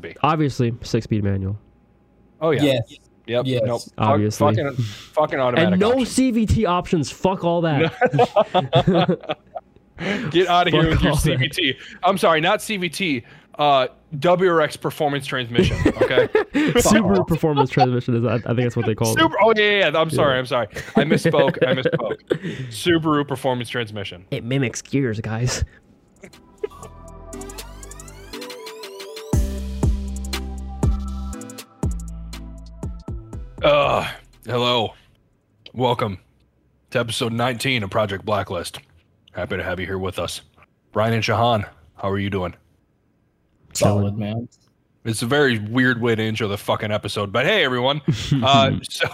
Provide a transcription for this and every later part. be. Obviously, six speed manual. Oh yeah. Yes. Yep. Yes. Nope. Fuck- Obviously. Fucking, fucking automatic. And no option. CVT options. Fuck all that. Get out of here Fuck with your all that. CVT. I'm sorry, not CVT. Uh, WRX performance transmission. Okay. Subaru performance transmission is. I, I think that's what they call Super. Oh yeah, yeah, yeah. I'm sorry. I'm sorry. I misspoke. I misspoke. Subaru performance transmission. it. It mimics gears, guys. Uh, hello, welcome to episode 19 of Project Blacklist. Happy to have you here with us, Ryan and Shahan. How are you doing? Solid man. It's a very weird way to intro the fucking episode, but hey, everyone. uh, so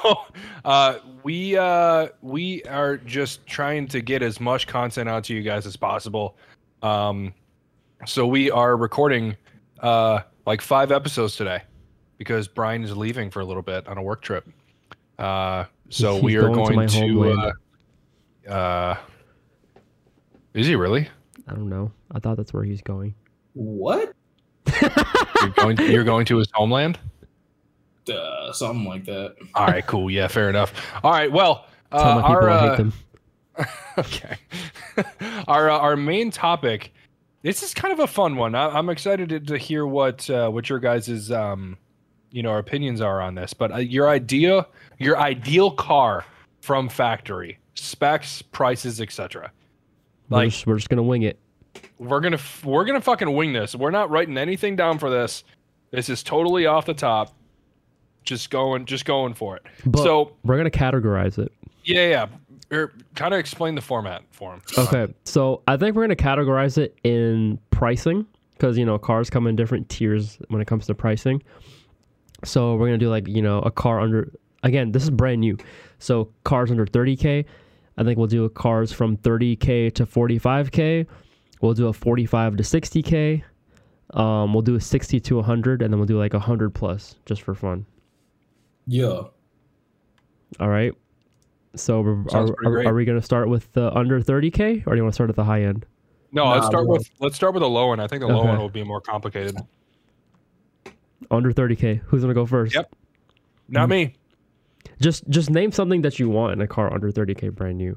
uh, we uh, we are just trying to get as much content out to you guys as possible. Um, so we are recording uh, like five episodes today because Brian is leaving for a little bit on a work trip. Uh, so He's we are going to my going to. homeland. uh, uh, is he really? I don't know. I thought that's where he's going. What? You're going, you're going to his homeland? Uh, something like that. All right, cool. Yeah, fair enough. All right, well, uh, Tell my people our I uh, hate them. okay, our uh, our main topic. This is kind of a fun one. I, I'm excited to, to hear what uh, what your guys' um, you know, opinions are on this. But uh, your idea, your ideal car from factory specs, prices, etc. We're Like just, we're just gonna wing it. we're gonna f- we're gonna fucking wing this. We're not writing anything down for this. This is totally off the top. Just going, just going for it. But so we're gonna categorize it. Yeah, yeah. Er, kind of explain the format for him. Okay, so I think we're gonna categorize it in pricing because you know cars come in different tiers when it comes to pricing. So we're gonna do like you know a car under again this is brand new, so cars under 30k. I think we'll do cars from 30k to 45k. We'll do a 45 to 60k. Um, we'll do a 60 to 100, and then we'll do like 100 plus just for fun. Yeah. All right. So we're- Sounds are, pretty are, great. are we gonna start with the under 30k, or do you want to start at the high end? No, let's Nah, start bro. with let's start with the low one. I think the low Okay. one will be more complicated. Under 30k. Who's gonna go first? Yep. Not me. Just just name something that you want in a car under 30k brand new.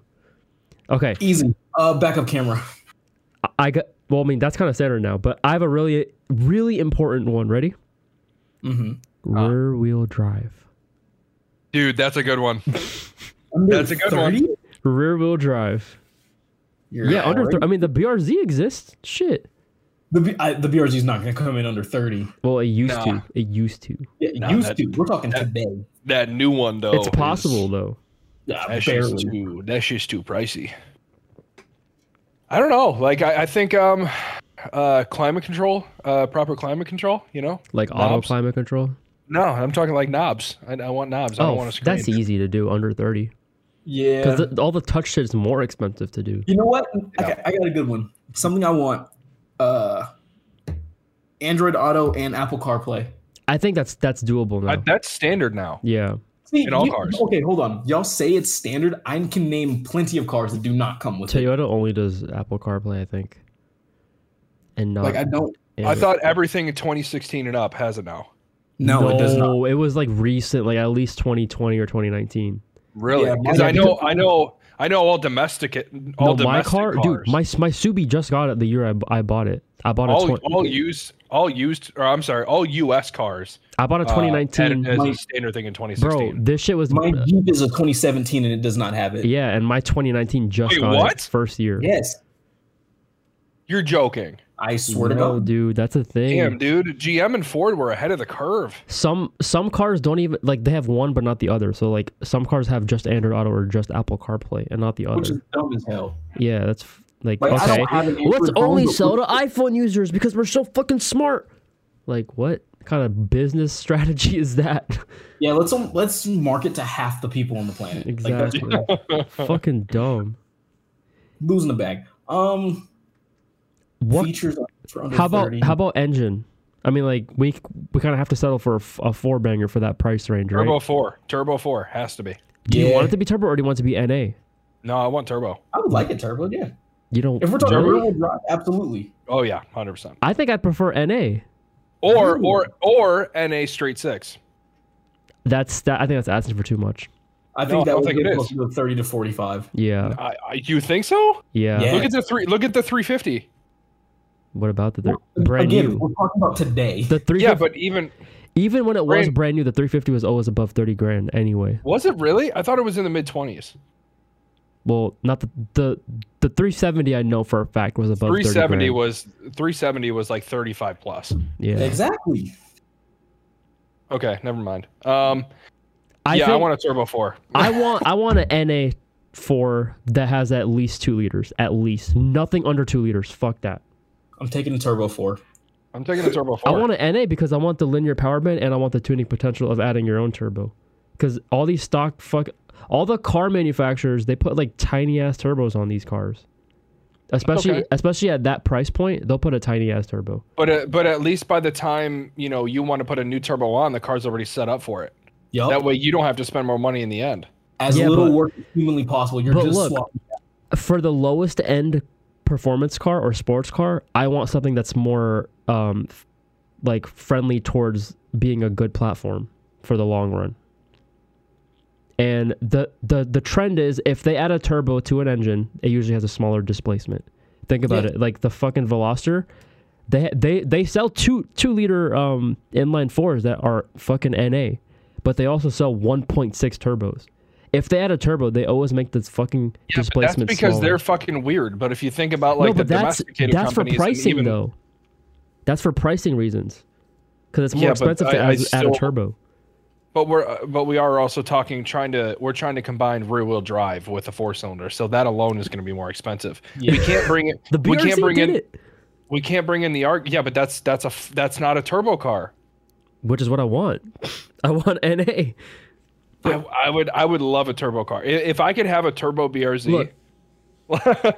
Okay. Easy. Uh, backup camera. I- I got well, I mean that's kind of standard now, but I have a really really important one. Ready? Mm-hmm. Uh. Rear wheel drive. Dude, that's a good one. That's a good one. Rear wheel drive. yeah, under th- I mean the BRZ exists. Shit. the B- I, the BRG is not going to come in under thirty. Well, it used Nah. to. It used to. Yeah, Nah, used that- to. We're talking that- today. That new one though. it's possible though. Yeah, That's barely. just too that's just too pricey. I don't know. Like I, I think um uh climate control, uh proper climate control, you know? Like auto Knobs? climate control. No, I'm talking like knobs. I, I want knobs. I don't Oh, want a screen. that's easy to do under 30 Yeah. because all the touch shit is more expensive to do. you know what? I, Yeah. got, I got a good one. Something I want. Uh, Android Auto and Apple CarPlay. I think that's that's doable now. I- that's standard now. yeah. See, In all you- cars. Okay, hold on. Y'all say it's standard. I can name plenty of cars that do not come with it. Toyota only does Apple CarPlay, I think. And not Like I don't. I Android. thought everything in 2016 and up has it now. No, it does not. No, It was like recent, like at least 2020 or 2019. nineteen. Really? Yeah, Because mine- I know, I know, I know all domestic, no, all my domestic car, cars. dude, my my Subi just got it the year I, bu- I bought it. I bought a all, twen- all used, all used, or I'm sorry, all U.S. cars. I bought a uh, 2019. had it as My- a standard thing in bro, 2016. this shit was My Jeep is a 2017 and it does not have it. uh, yeah, and my 2019 just Wait, got what? it first year. Yes, You're joking. I swear to no, God. dude, that's a thing. Damn, dude, GM and Ford were ahead of the curve. Some some cars don't even like they have one but not the other. So like some cars have just Android Auto or just Apple CarPlay and not the other. Which is dumb as hell. yeah, that's f- like, Like, I okay. don't have an Let's Android phone, only but sell we- to iPhone users because we're so fucking smart. Like, what kind of business strategy is that? Yeah, let's um, let's market to half the people on the planet. Exactly. Like that's fucking dumb. losing the bag. Um, What? features for under How about 30. how about engine? I mean, like we we kind of have to settle for a, f- a four banger for that price range, right? Turbo four, Turbo four has to be. Do you Yeah. want it to be turbo or do you want it to be NA? No, I want turbo. I would like a turbo. Yeah, You don't. if we're talking really? real world drive, absolutely. Oh yeah, hundred percent. I think I'd prefer NA. or or or and a straight six. That's that. I think that's asking for too much. I No, think I that don't would think be it is. close to the thirty to forty-five. Yeah. I, I, you think so? Yeah. Yeah. Look at the three. Look at the 350. What about the thir- brand Again, new? we're talking about today. The three. Yeah, but even even when it was brand- brand new, the 350 was always above 30 grand anyway. was it really? I thought it was in the mid 20s. Well, not the the the 370. I know for a fact was above 370 30 grand. was 370 was like 35 plus. yeah. Exactly. Okay, never mind. Um, I yeah, I think- want a turbo four. I want I want an NA four that has at least two liters. At least nothing under two liters. Fuck that. I'm taking a turbo four. I'm taking a turbo I four. want an NA because I want the linear power band and I want the tuning potential of adding your own turbo. Because all these stock fuck all the car manufacturers they put like tiny ass turbos on these cars. Especially Okay. especially at that price point, they'll put a tiny ass turbo. but uh, but at least by the time you know you want to put a new turbo on, the car's already set up for it. Oh. Yup. That way, you don't have to spend more money in the end. as Yeah, little but- work as humanly possible. You're but just look- swapping. For the lowest end performance car or sports car, I want something that's more um f- like friendly towards being a good platform for the long run. And the, the the trend is if they add a turbo to an engine, it usually has a smaller displacement. Think about Yeah. it, like the fucking Veloster, they they they sell two two liter um inline fours that are fucking NA, but they also sell 1.6 turbos. If they add a turbo, they always make this fucking Yeah, but that's displacement because smaller. they're fucking weird. But if you think about like no, the but that's domesticated that's for companies, and pricing even, though. That's for pricing reasons, because it's more Yeah, but expensive to I- I add, add a still- turbo. But we're uh, but we are also talking trying to we're trying to combine rear wheel drive with a four cylinder, so that alone is going to be more expensive. We can't bring it. The BRZ we can't bring did in. it, We can't bring in the arc. Yeah, but that's that's a f- that's not a turbo car. which is what I want. I want NA. I, I would I would love a turbo car I- if I could have a turbo BRZ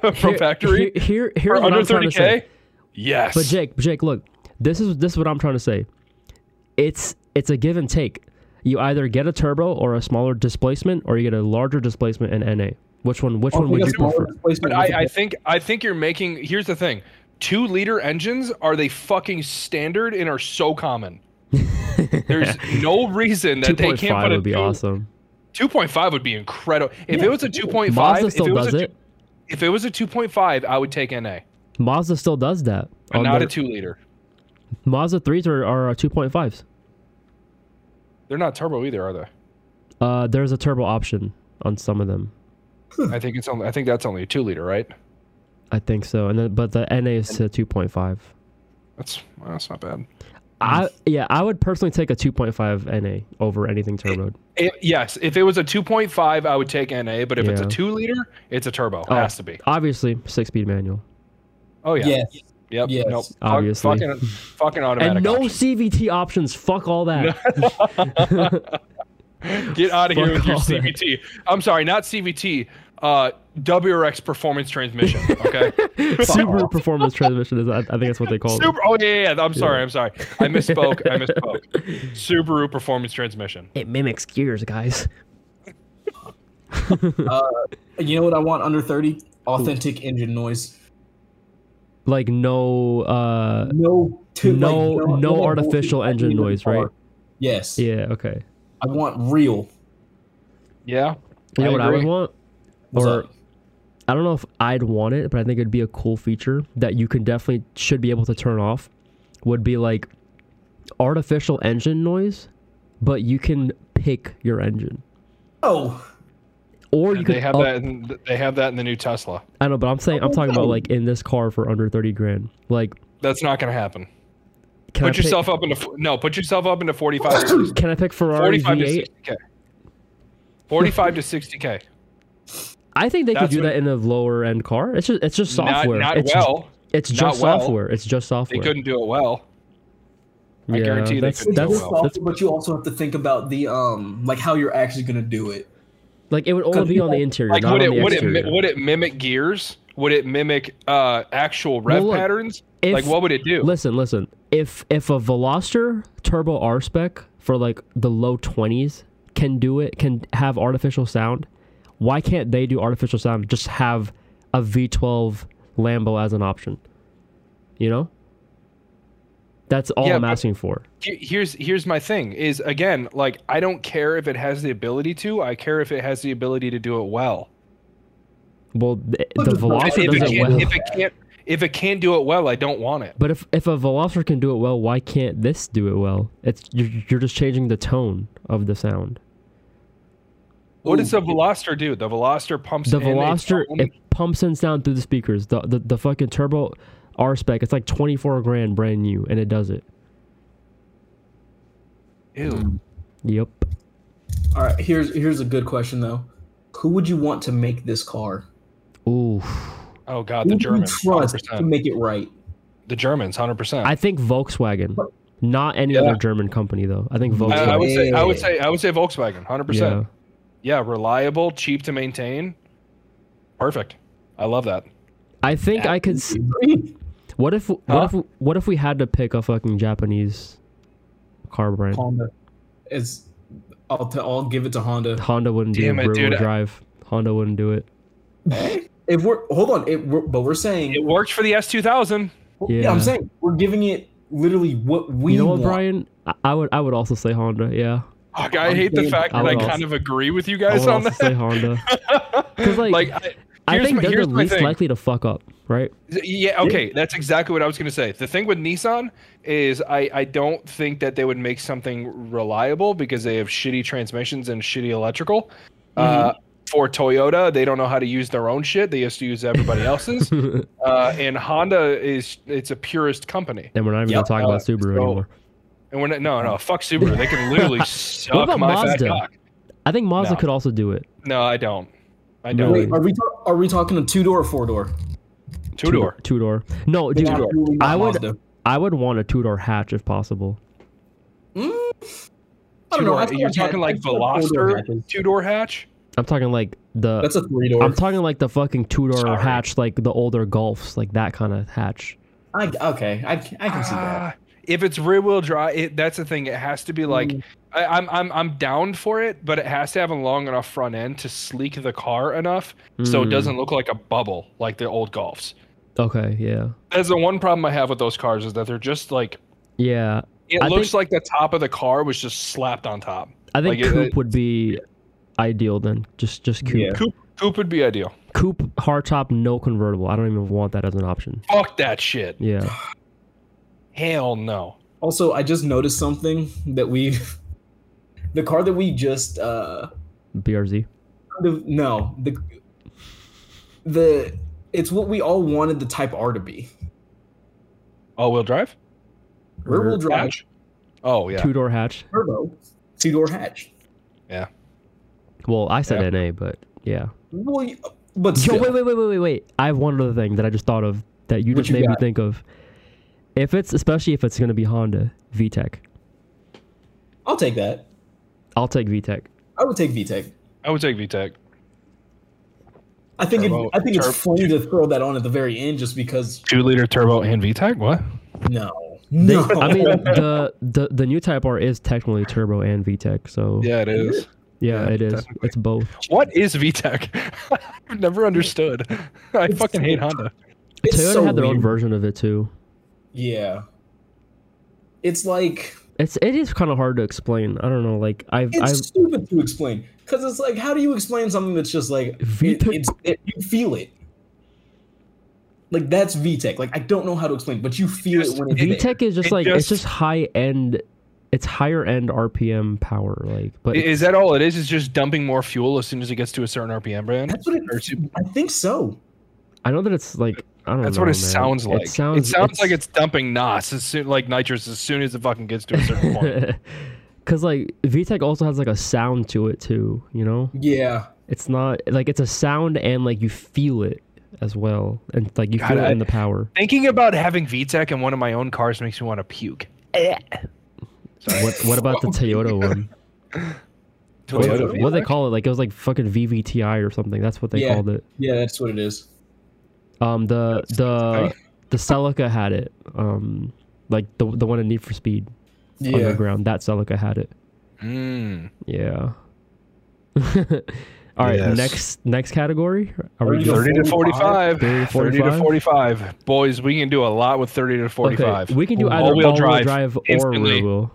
from Here- factory Here, here, here's for what under I'm trying to say. thirty k. Yes, But Jake, Jake, look, this is this is what I'm trying to say. It's it's a give and take. You either get a turbo or a smaller displacement, or you get a larger displacement in NA. Which one? Oh, Which one would you prefer? but I, I think I think you're making. Here's the thing: two liter engines are they fucking standard and are so common. There's no reason that Two they point can't five put a would be awesome. Two point five would be incredible. If it was a two point five, Mazda if it still was does a, it. two- if it was a two point five, I would take NA, Mazda still does that. but on not their- a two liter. Mazda threes are, are uh, two point fives. They're not turbo either, are they? Uh, there's a turbo option on some of them. Hmm. I think it's only. I think that's only a two liter, right? I think so. And then, but the NA is to two point five. That's well, that's not bad. I yeah, I would personally take a two point five NA over anything turbo. It, yes, if it was a 2.5, I would take NA, but if it's a Yeah. 2 liter, it's a turbo. Oh. Has to be. Obviously, six speed manual. Oh, yeah. Yes. Yep. Yes. Nope. Fuck- Obviously. Fucking, fucking automatic. and no option. CVT options. Fuck all that. Get out of here fuck with your all that. CVT. I'm sorry, not CVT. Uh, WRX performance transmission. Okay. Subaru performance transmission is. I, I think that's what they call it. Super. Oh, yeah, yeah, yeah. I'm sorry. I'm sorry. I misspoke. I misspoke. Subaru performance transmission. It mimics gears, guys. You know what I want under thirty? Authentic engine noise. Like no. uh No. To, like, No- no bullshit artificial happening engine in the noise, car. right? Yes. Yeah. Okay. I want real. Yeah. You know what I would agree. want? What's Or- up? I don't know if I'd want it, but I think it'd be a cool feature that you can definitely should be able to turn off. Would be like artificial engine noise, but you can pick your engine, Oh, or you And could. They have up- that. In, they have that in the new Tesla. I know, but I'm saying I'm talking about like in this car for under thirty grand. Like, That's not going to happen. can I Put pick- yourself up into f- no. Put yourself up into 45 to Can I pick Ferrari 45 to V8? 60k. 45 to 60k. I think they could That's do what- that in a lower end car. It's just it's just software. Not, not it's, well. It's Not just well. software. It's just They software. couldn't do it well. I Yeah, guarantee they that's- couldn't that's- do it well. that's- but you also have to think about the um, like how you're actually gonna do it. Like it would only be on the interior, Like not would on it the would it exterior. mi- would it mimic gears? Would it mimic uh, actual rev Well, look, patterns? if- like what would it do? Listen, listen. If if a Veloster Turbo R spec for like the low twenties can do it, can have artificial sound, why can't they do artificial sound? Just have a V twelve Lambo as an option. You know? That's all Yeah, I'm but- asking for. Here- here's here's my thing is again like i don't care if it has the ability to i care if it has the ability to do it well Well, th- Well, the just- Also if, Velociraptor it does it can't, well. if it can't if it can't do it well i don't want it But if, if a Velociraptor can do it well, why can't this do it well? It's you're, you're just changing the tone of the sound. what does Ooh. the velociter do the velociter pumps The in its Veloster own- it pumps in sound through the speakers. The the, the fucking turbo R spec. It's like twenty four grand brand new, and it does it. Ew. Yep. All right, here's here's a good question though. Who would you want to make this car? Ooh. oh god Who the do you germans trust to 100% make it right? the germans 100% I think Volkswagen, not any Yeah. other German company though. I think I- I, Volkswagen. I would say I would Yeah. say I would say Volkswagen, hundred yeah. percent. Yeah, reliable, cheap to maintain, perfect. I love that. I think I could. s- What if what Huh? if what if we had to pick a fucking Japanese car brand? Honda. It's I'll t- I'll give it to Honda. Honda wouldn't do Damn it, rear wheel dude. drive. Honda wouldn't do it. If we're hold on, if we're, but we're saying It worked for the S two thousand. yeah. Yeah. I'm saying we're giving it literally what we you know what, want. Brian? I, I would I would also say Honda. Yeah. I I'm hate the saying- fact I that I would kind of agree with you I guys would on also say that. Honda. 'Cause, like, I, I here's think my- they're here's the my least thing. likely to fuck up, right? Yeah, okay, that's exactly what I was gonna say. The thing with Nissan is I, I don't think that they would make something reliable because they have shitty transmissions and shitty electrical. Uh, Mm-hmm. for Toyota, they don't know how to use their own shit. They used to use everybody else's. uh, and Honda is it's a purist company. And we're not even Yep. gonna talk about Uh, Subaru so- anymore. And we're not, no no fuck Subaru. They can literally suck about my Mazda? fat cock. I think Mazda No. could also do it. No, I don't. I No. don't. Wait, are we ta- are we talking a two door or four door? Two door. Two door. No, dude. I would- I would want a two door hatch if possible. I don't Hmm? know. Two-door. I feel You're like talking that- like I feel like four-door Veloster hatches. two door hatch. I'm talking like the That's a three door. I'm talking like the fucking two door Sorry. hatch, like the older Golfs, like that kind of hatch. I, okay, I, I can see that. Ah, if it's rear wheel drive, it, that's the thing. It has to be like I, I'm I'm I'm down for it, but it has to have a long enough front end to sleek the car enough so it Mm. doesn't look like a bubble like the old Golfs. Okay, yeah, That's the one problem I have with those cars is that they're just like yeah. it I looks like the top of the car was just slapped on top. I think Like, it- coupe it- would be ideal then. Just just coupe, Yeah. Coupe coupe would be ideal. coupe hardtop, no convertible. I don't even want that as an option. Fuck that shit. Yeah, Hell no. Also, I just noticed something that we, the car that we just, uh, BRZ. the, no, the, the, it's what we all wanted the Type R to be. All wheel drive? Rear wheel drive, Hatch? Oh yeah. Two door hatch. turbo, two door hatch. Well, I said NA, but yeah. Well, y- but Yo, still, wait, wait, wait, wait, wait, wait. I have one other thing that I just thought of that you What just you made me got? think of. If it's especially if it's gonna be Honda VTEC, I'll take that. I'll take VTEC. I would take VTEC. I would take VTEC. I think it, Turbo- I think tur- it's funny to throw that on at the very end just because Two liter turbo and VTEC? What? no, They- no. I mean the, the the new Type R is technically turbo and VTEC, so yeah, Yeah, it is. yeah, it is. technically. It's both. What is VTEC? I've never understood. I It's- fucking hate Honda. it's Toyota so had their own weird. version of it too. Yeah, it's like It's it is kind of hard to explain. I don't know. Like I've it's I've stupid to explain because it's like how do you explain something that's just like it, VTech it's, it, you feel it like that's VTech like I don't know how to explain but you feel Just- it when it's there. VTEC is just it like it's just- just high end. It's higher end RPM power. Like, but I- Is that all it is? Is just dumping more fuel as soon as it gets to a certain RPM band? that's what it, Or two- I think so I know that it's like I don't know. That's what man. it sounds like. It sounds, like it's dumping NOS as soon, like nitrous as soon as it fucking gets to a certain point. Cause like VTEC also has like a sound to it too. You know, yeah it's not like it's a sound and like you feel it as well, and like you God, feel I- it in the power. Thinking about having VTEC in one of my own cars makes me want to puke. What what about the Toyota one? What, Toyota what do they call it? Like it was like fucking VVTI or something. That's what they Yeah. called it. yeah that's what it is Um, the the Sorry? the Celica had it. Um, like the the one in Need for Speed yeah Hmm. Underground. That Celica had it. Mm. Yeah. All right, Yes. next next category. Are we Thirty doing Thirty to 45. forty-five. Thirty 45? to forty-five. Boys, we can do a lot with thirty to forty-five. Okay, we can do either All-wheel all-wheel drive, drive, or instantly. rear wheel.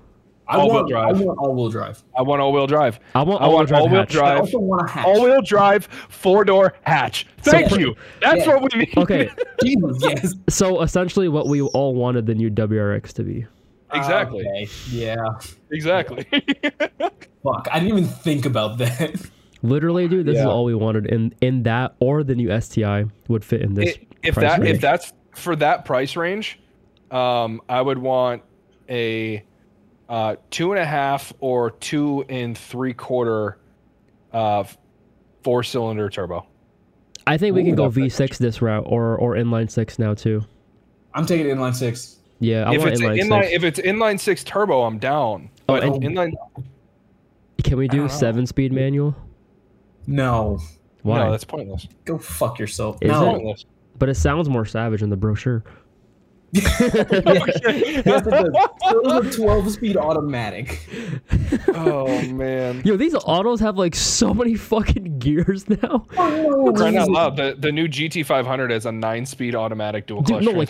I All-wheel want, drive. I want all-wheel drive. I want all-wheel drive. I want I all-wheel want drive. all-wheel hatch. I drive. also want a hatch. All-wheel drive, four-door hatch. Thank Yeah. you. That's Yeah. what we need. Okay, Jesus, yes. so essentially, what we all wanted the new WRX to be. Exactly. Okay, Yeah. Exactly. Fuck. I didn't even think about that. Literally, dude, this is Yeah. all we wanted, and in that or the new STI would fit in this. I- if price that range. if that's for that price range, um, I would want a uh, two and a half or two and three quarter uh, four cylinder turbo. I think we Ooh, can go that package. V6 this route or or inline six now too. I'm taking inline six. Yeah, I if want it's inline, inline, six. if it's inline six turbo, I'm down. Oh, But and- inline, Can we don't do know. seven speed manual? No. Why? Oh. no, that's pointless. Go fuck yourself. Is no. Pointless. but it sounds more savage in the brochure. Yes, it does. Still a 12 speed automatic. oh man. Yo, these autos have like so many fucking gears now. Oh, Crying out loud, the, the new GT500 has a nine-speed automatic dual clutch Dude, no, like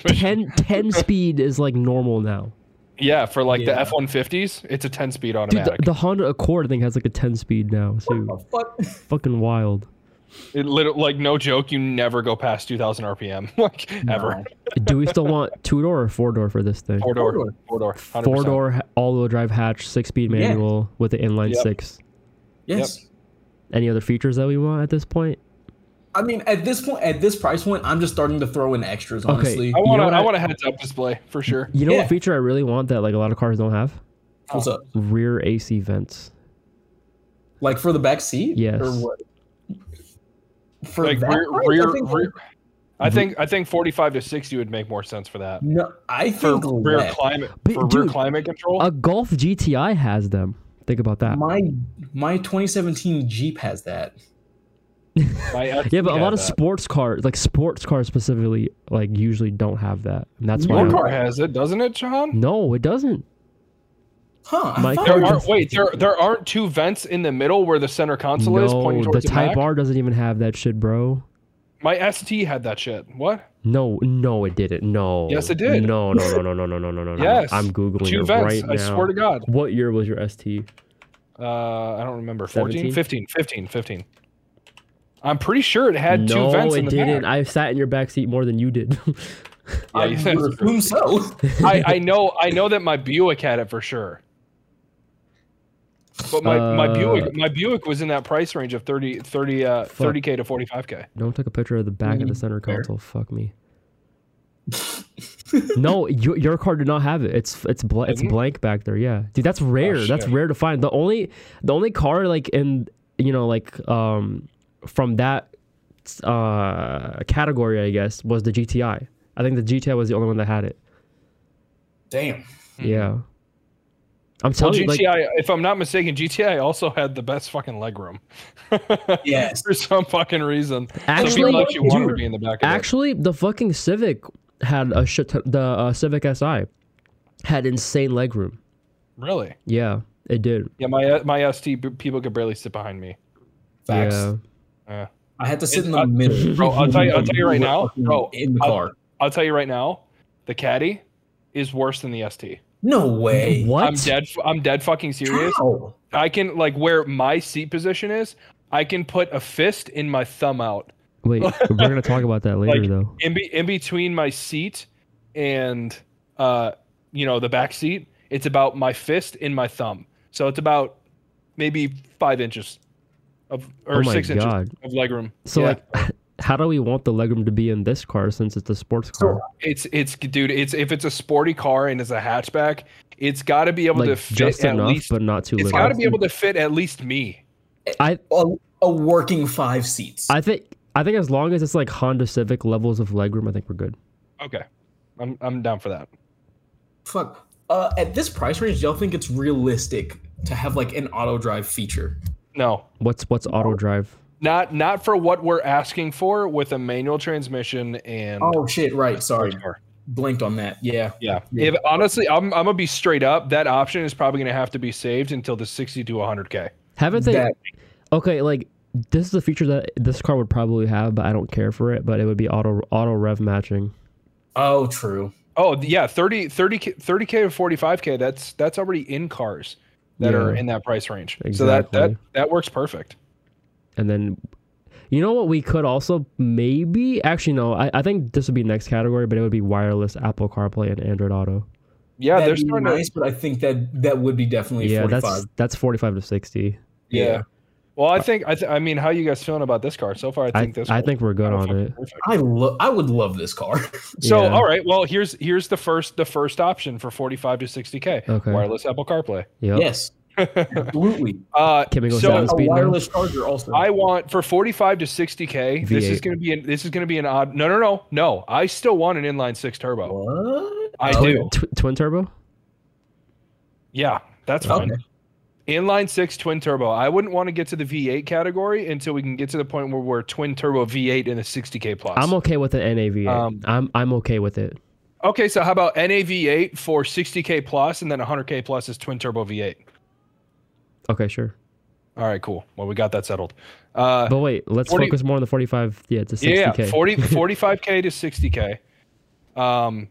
10, transmission. 10 speed is like normal now. Yeah, for like the Yeah. F150s, it's a 10-speed Dude, the, automatic. the Honda Accord thing has like a 10 speed now, What so the fuck? fucking wild. It literally, like, no joke, you never go past 2,000 RPM, like, ever. No. Do we still want two door or four door for this thing? Four door, Four-door. four door, Four door all wheel drive hatch, six speed Yes. manual with the inline Yep. six. Yes. Any other features that we want at this point? I mean, at this point, at this price point, I'm just starting to throw in extras. Okay. Honestly, I You know want to, what I I- want a heads-up display for sure. You know Yeah. what feature I really want that like a lot of cars don't have? what's up? Rear AC vents. Like for the back seat? Yes. Or what? For Like that rear, price, rear, I think, rear. I think, I think 45 to 60 would make more sense for that. No, I For think rear less. climate, But, for rear dude, uh, climate control. A Golf GTI has them. Think about that. my my 2017 Jeep has that. my Yeah, FC but a lot of has that. sports cars, like sports cars specifically, like usually don't have that, and that's why. Your I- car has it, doesn't it, John? no, it doesn't. Huh? My I thought- There car- aren't, wait, there there aren't two vents in the middle where the center console is No, pointing the towards the, Type back? R doesn't even have that shit, bro. My ST had that shit. What? No, no, it didn't. No. Yes, it did. No, no, no, no, no, no, no, no, no. no. Yes. I'm googling Two it vents. right I now. swear to God. What year was your ST? Uh, I don't remember. 14, 17? 15, 15, 15. I'm pretty sure it had no, two vents it in the didn't. back. I sat in your back seat more than you did. Yeah, I you said would it's true. assume so. I, I know I know that my Buick had it for sure. But my, my Uh, Buick my Buick was in that price range of 30 30 uh Fuck. 30k to 45k. Don't take a picture of the back of the Mm, center fair. console. Fuck me. no, your, your car did not have it. It's it's bl- it's Didn't? blank back there. Yeah, dude, that's rare. that's Oh, shit. rare to find. The only the only car like in you know like um from that uh category I guess was the GTI. I think the GTI was the only one that had it. Damn. Yeah, I'm Mm-hmm. Well, telling you, GTI, like, if I'm not mistaken, GTI also had the best fucking legroom. Yes. for some fucking reason. so Actually, people actually wanted to dude, be in the back. Of it. actually, the fucking Civic had a shit. ton- The uh, Civic Si had insane legroom. Really? Yeah, it did. Yeah, my uh, my ST b- people could barely sit behind me. Facts. Yeah. Uh, I had to sit in It's- the middle. bro, I'll tell you, I'll tell you right now, bro, in the I'll- car. I'll tell you right now, the Caddy is worse than the ST. No way. What? I'm dead. f- I'm dead fucking serious. How? I can like where my seat position is. I can put a fist in my thumb out Wait, we're gonna talk about that later Like, though. in be- in between my seat and uh you know the back seat. It's about my fist in my thumb. So it's about maybe five inches of or Oh six my inches God. of legroom. So Yeah. like, how do we want the legroom to be in this car since it's a sports car? It's it's dude. It's if it's a sporty car and it's a hatchback, it's got to be able to like fit just at enough, least. but not too it's little. got to be able to fit at least me. I A, a working five seats. I think I think as long as it's like Honda Civic levels of legroom, I think we're good. Okay, I'm I'm down for that. Fuck. Uh, at this price range, y'all think it's realistic to have like an auto drive feature? No, What's what's auto drive? not not for what we're asking for with a manual transmission and. Oh shit! Right. Sorry, Car. blinked on that. Yeah. Yeah. If honestly, I'm, I'm gonna be straight up. That option is probably gonna have to be saved until the 60 to 100k. Haven't they? That- Okay, like this is a feature that this car would probably have, but I don't care for it. But it would be auto auto rev matching. Oh, true. Oh yeah, 30 30 k 30 k or 45k. That's that's already in cars that Yeah. are in that price range. So that that Exactly. that that works perfect. And then, you know what? We could also maybe actually no. I, I think this would be next category, but it would be wireless Apple CarPlay and Android Auto. Yeah, That'd there's be starting to- nice, but I think that that would be definitely Yeah, 45. that's that's forty five to sixty. yeah. yeah. Well, I think I, th- I mean, how you guys feeling about this car so far? I I think this. I one's think we're good kinda on fucking it. perfect. I love. I would love this car. So, Yeah. all right. Well, here's here's the first the first option for 45 to 60k Okay. wireless Apple CarPlay. Yep. Yes, absolutely. uh, Can we go so down? a speed now? wireless charger also. I want for 45 to 60k. This is V8. going to be an, this is going to be an odd. No, no, no, no. I still want an inline six turbo. Oh, what? I Twin- do. tw- twin turbo. Yeah, that's Okay. fine. Inline six twin turbo. I wouldn't want to get to the V8 category until we can get to the point where we're twin turbo V8 in a 60k plus. I'm okay with an NAV. Um, I'm I'm okay with it. okay, so how about NAV8 for 60k plus, and then 100k plus is twin turbo V8. Okay, sure. All right, cool. Well, we got that settled. Uh, But wait, let's 40 focus more on the forty five. Yeah, to sixty yeah, k. 40, 45k to 60k. Um,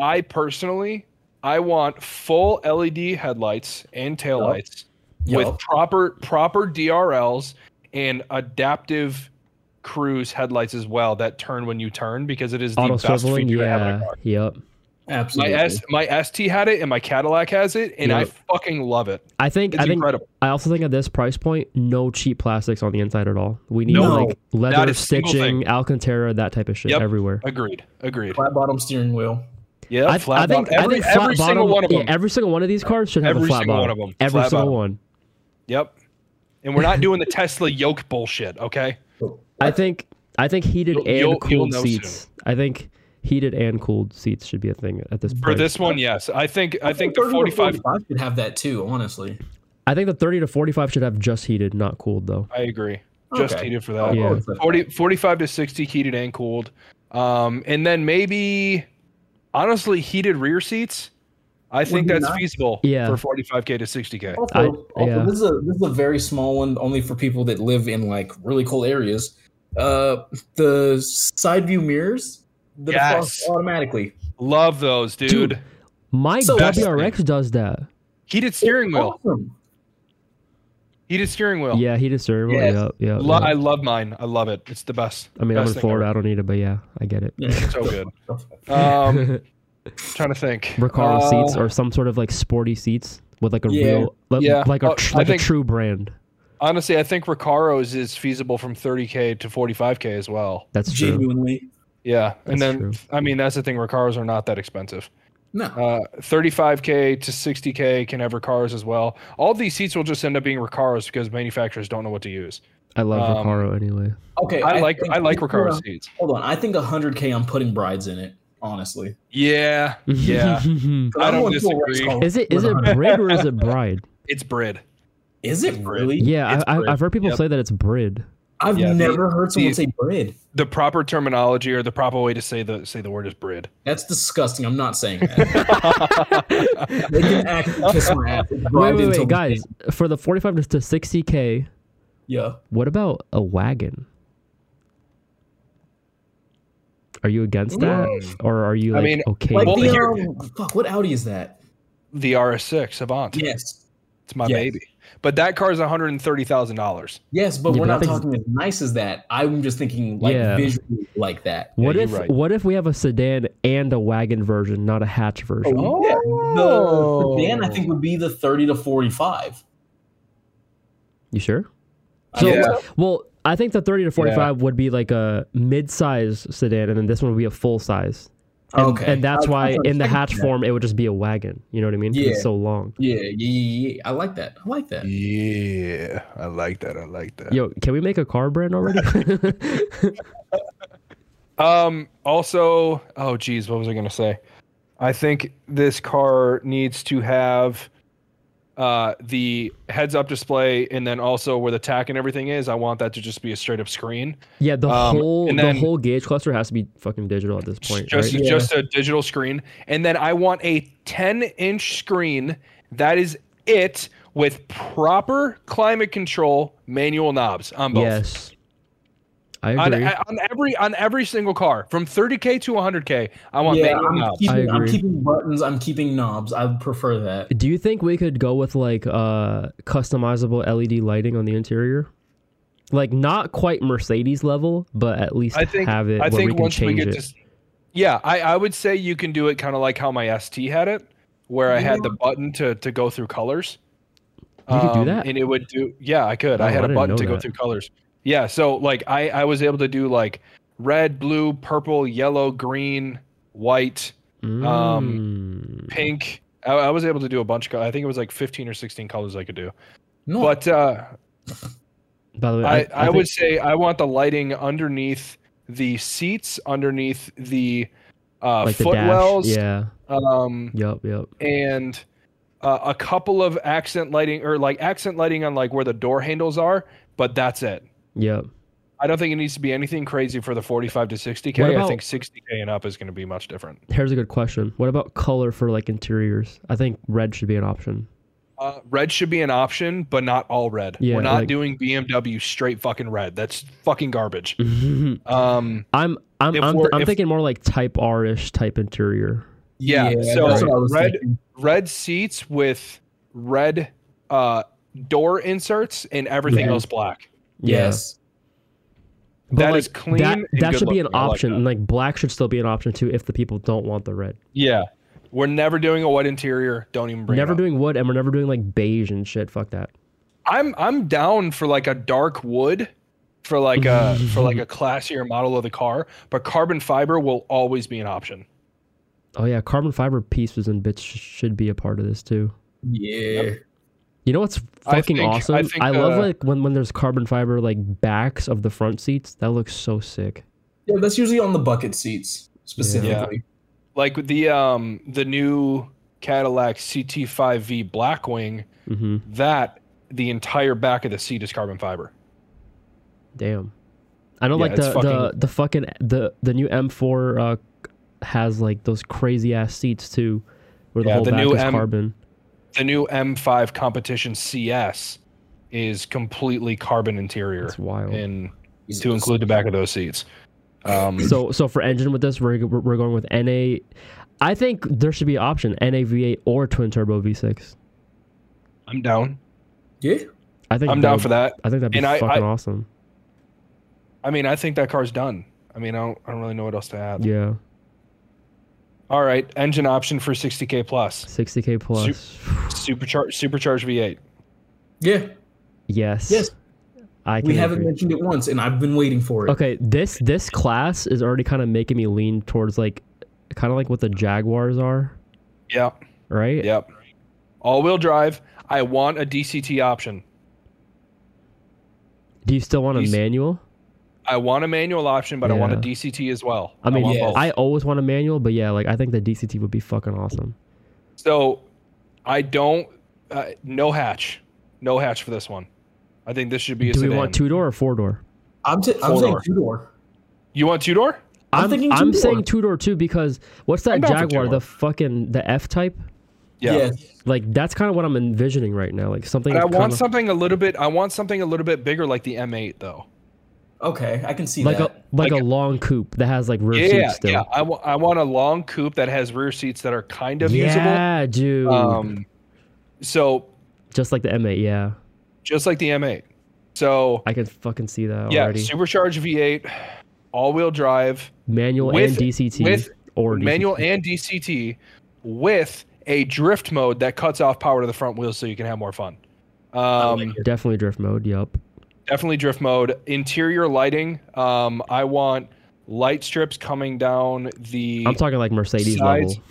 I personally, I want full LED headlights and taillights with Yup. proper proper DRLs and adaptive cruise headlights as well that turn when you turn because it is the Auto best feature swiveling. to have in a Yeah. car. Yep. My absolutely. S, my ST had it and my Cadillac has it, and Yup. I fucking love it. I think It's I think incredible. I also think at this price point, no cheap plastics on the inside at all. We need No, like not leather a single stitching, Alcantara, that type of shit Yep. everywhere. Agreed. Agreed. Flat bottom steering wheel. Yeah, I, flat I think bottom. I Every, think flat every bottom, single one of yeah, them. every single one of these cars should have a Every flat single bottom. one of 'em. Every Flat single bottom. one. e- Yep. And we're not doing the Tesla yoke bullshit, okay? I think I think heated You'll- and you'll- you'll cooled know seats. I think heated and cooled seats should be a thing at this For price. this one, yes. I think I think the 30 to 45 45 could have that too. Honestly, I think the thirty to forty five should have just heated, not cooled though. I agree. Just Okay. heated for that. Yeah. Oh, it's a- 40 45 to 60 heated and cooled. Um and then maybe honestly heated rear seats. I think be that's nice. feasible Yeah. for 45k to 60k. Also, I- also, yeah. this is a this is a very small one, only for people that live in like really cool areas. Uh, the side view mirrors that Yes. frost automatically. Love those, dude. Dude. My So- Best WRX does that. Heated steering wheel. Awesome. Heated steering wheel. Yeah, heated servo. Yes. Yep, yep. Lo- yep. I love mine. I love it. It's the best. I mean, I'm in best thing Florida. I don't need it, but yeah, I get it. Yeah. ever. So good. Um trying to think. Recaro Uh, seats or some sort of like sporty seats with like a Yeah, real like, yeah. like a Oh, tr- I like think- a true brand. Honestly, I think Recaro's is feasible from 30k to 45k as well. That's true. Genuinely, Yeah, That's and then true. I mean that's the thing. Recaros are not that expensive. no. Uh, 35k to 60k can have Recaros as well. All these seats will just end up being Recaros because manufacturers don't know what to use. I love um, Recaro anyway. Okay, I uh, like think- I like hold Recaro on, seats. Hold on, I think 100k. I'm putting brides in it. Honestly, Yeah, yeah. But I I'm don't going to a race disagree. car is it is with it 100K. Brid or is it Bride? It's Brid. Is it really? Yeah, It's I, Brid. I, I've heard people Yep. say that it's Brid. I've Yeah, the- never heard someone the- say bread. The proper terminology or the proper way to say the say the word is Brid. That's disgusting. I'm not saying that. they can actually kiss my ass. It's Wait, bribed wait, until- wait, guys. For the 45 to 60k, Yeah. what about a wagon? Are you against that, Mm. or are you I like mean, okay? Like Well, with the, it? here- um, fuck, what Audi is that? The RS6 Avant. Yes. It's my Yes. baby. But that car is 130 thousand dollars. Yes, but Yeah, we're but I not think- talking as nice as that. I'm just thinking like Yeah. visually like that. what you're if right. what if we have a sedan and a wagon version, not a hatch version? Oh. The sedan I think would be the 30 to 45. You sure? I So, mean, Yeah. well, I think the 30 to 45 would be like a mid-size sedan, and then this one would be a full size. And, Okay. And that's I- I why was in the thinking hatch that. form, it would just be a wagon. You know what I mean? 'Cause Yeah. It's so long. Yeah, yeah, yeah, yeah. I like that. I like that. Yeah, I like that. I like that. Yo, can we make a car brand already? Um. Also, oh geez, what was I gonna say? I think this car needs to have uh the heads up display and then also where the tack and everything is i want that to just be a straight up screen yeah, the Um, whole and the then- whole gauge cluster has to be fucking digital at this point, just right? Yeah. just a digital screen and then i want a 10 inch screen that is it with proper climate control manual knobs on both. Yes. I On, e, agree. on every on every single car from 30k to 100k, I want yeah, manual I'm, I knobs. keeping, I'm agree. keeping buttons. I'm keeping knobs. I would prefer that. Do you think we could go with like uh customizable LED lighting on the interior? Like not quite Mercedes level, but at least I think have it where I think we can once we change get it. to s- yeah, I, I would say you can do it kind of like how my ST had it, where I had the button to to go through colors. Um, You could do that? and it would do. Yeah, I could. Oh, I I had a didn't button know to go that. through colors. Yeah, so like I I was able to do like red, blue, purple, yellow, green, white, um, Mm. pink. I, I was able to do a bunch of. col- I think it was like 15 or 16 colors I could do. No, But uh, By the way, I, I, I, think- would say I want the lighting underneath the seats, underneath the uh, like the dash. footwells, Yeah. um, Yep. Yep. and uh, a couple of accent lighting or like accent lighting on like where the door handles are. But that's it. Yep. I don't think it needs to be anything crazy for the 45 to 60k. What I about- think 60k and up is going to be much different. Here's a good question. What about color for like interiors? I think red should be an option. Uh, red should be an option, but not all red. Yeah, We're not like- doing BMW straight fucking red. That's fucking garbage. Um, I'm I'm If I'm, we're- I'm if- thinking more like Type R ish type interior. yeah, so that's what I was red- thinking. red seats with red uh door inserts and everything Yeah. else black. Yeah. Yes. But That like, is clean. That, and that good should be an looking. I like option. that. and like black should still be an option too if the people don't want the red. Yeah. We're never doing a white interior. Don't even bring never it up. doing wood and we're never doing like beige and shit. Fuck that. I'm I'm down for like a dark wood for like a for like a classier model of the car, but carbon fiber will always be an option. Oh yeah, carbon fiber pieces and bits sh- should be a part of this too. Yeah. You know what's I fucking think- I awesome? I, think, love uh, like when, when there's carbon fiber like backs of the front seats. That looks so sick. Yeah, that's usually on the bucket seats specifically. Like with the um the new Cadillac CT5V Blackwing, Mm-hmm. that the entire back of the seat is carbon fiber. Damn. I don't Yeah, like it's the, the fucking- the fucking the the new M4 uh, has like those crazy ass seats too, where the Yeah, whole the back new is M- carbon. the new M5 competition CS is completely carbon interior That's wild. and Jesus. to include the back of those seats. Um, So so for engine with this, we're we're going with NA. I think there should be an option NA V8 or twin turbo V6. I'm down. Yeah. I think that I'm down would- for that. I think that'd be And I- fucking I- awesome. I mean, I think that car's done. I mean, I don't, I don't really know what else to add. Yeah, All right, engine option for 60k plus, 60k plus. supercharged supercharged V8. Yeah. yes. Yes. I can We haven't agree. mentioned it once, and I've been waiting for it. Okay, this this class is already kind of making me lean towards like, kind of like what the Jaguars are, Yeah, right? yep. All wheel drive. I want a DCT option. Do you still want a These- manual? I want a manual option, but I want a Yeah. DCT as well. I mean, want yeah, both. I always want a manual, but yeah, like I think the DCT would be fucking awesome. So I don't uh, no hatch, no hatch for this one. I think this should be a Do we sedan. want two door or four door? I'm, t- I'm Four saying door. two door. You want two door? I'm I'm thinking I'm two-door. saying two door too because what's that I'm down for Jaguar? two-door. The fucking the F type. Yeah. Like that's kind of what I'm envisioning right now. Like something. But I want kinda- something a little bit. I want something a little bit bigger, like the M8, though. Okay, I can see like that. a like, Like a long coupe that has like rear yeah, seats still. yeah. I, wa- I want a long coupe that has rear seats that are kind of Yeah, dude. usable. Um, so Just like the M8. Yeah, just like the M8. So I can fucking see that yeah, already. supercharged V8, all-wheel drive, manual with- and DCT with or DCT. manual and DCT, with a drift mode that cuts off power to the front wheels so you can have more fun. Um, Definitely drift mode. Yep. definitely drift mode. Interior lighting. Um, I want light strips coming down the. I'm talking like Mercedes Sides. level.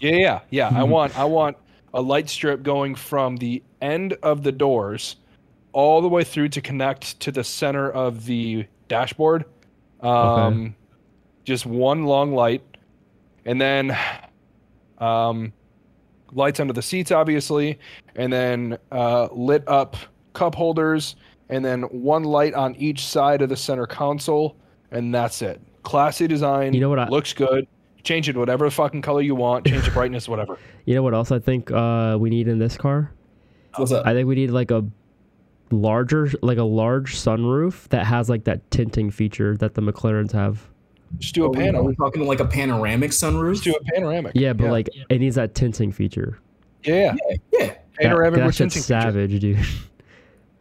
yeah, yeah, yeah. I want. I want a light strip going from the end of the doors, all the way through to connect to the center of the dashboard. Um, just one long light, and then, um, lights under the seats, obviously, and then uh, lit up cup holders, and then one light on each side of the center console, and that's it. Classy design. You know what I- looks good. Change it whatever fucking color you want. Change the brightness, whatever. You know what else I think uh, we need in this car? What's up? I think we need like a larger, like a large sunroof that has like that tinting feature that the McLarens have. Just do Are a Oh, we- Are panel. we talking like a panoramic sunroof? Just do a panoramic. Yeah, but like it needs that tinting feature. yeah, yeah. That- panoramic that, with shit's tinting feature. savage, dude.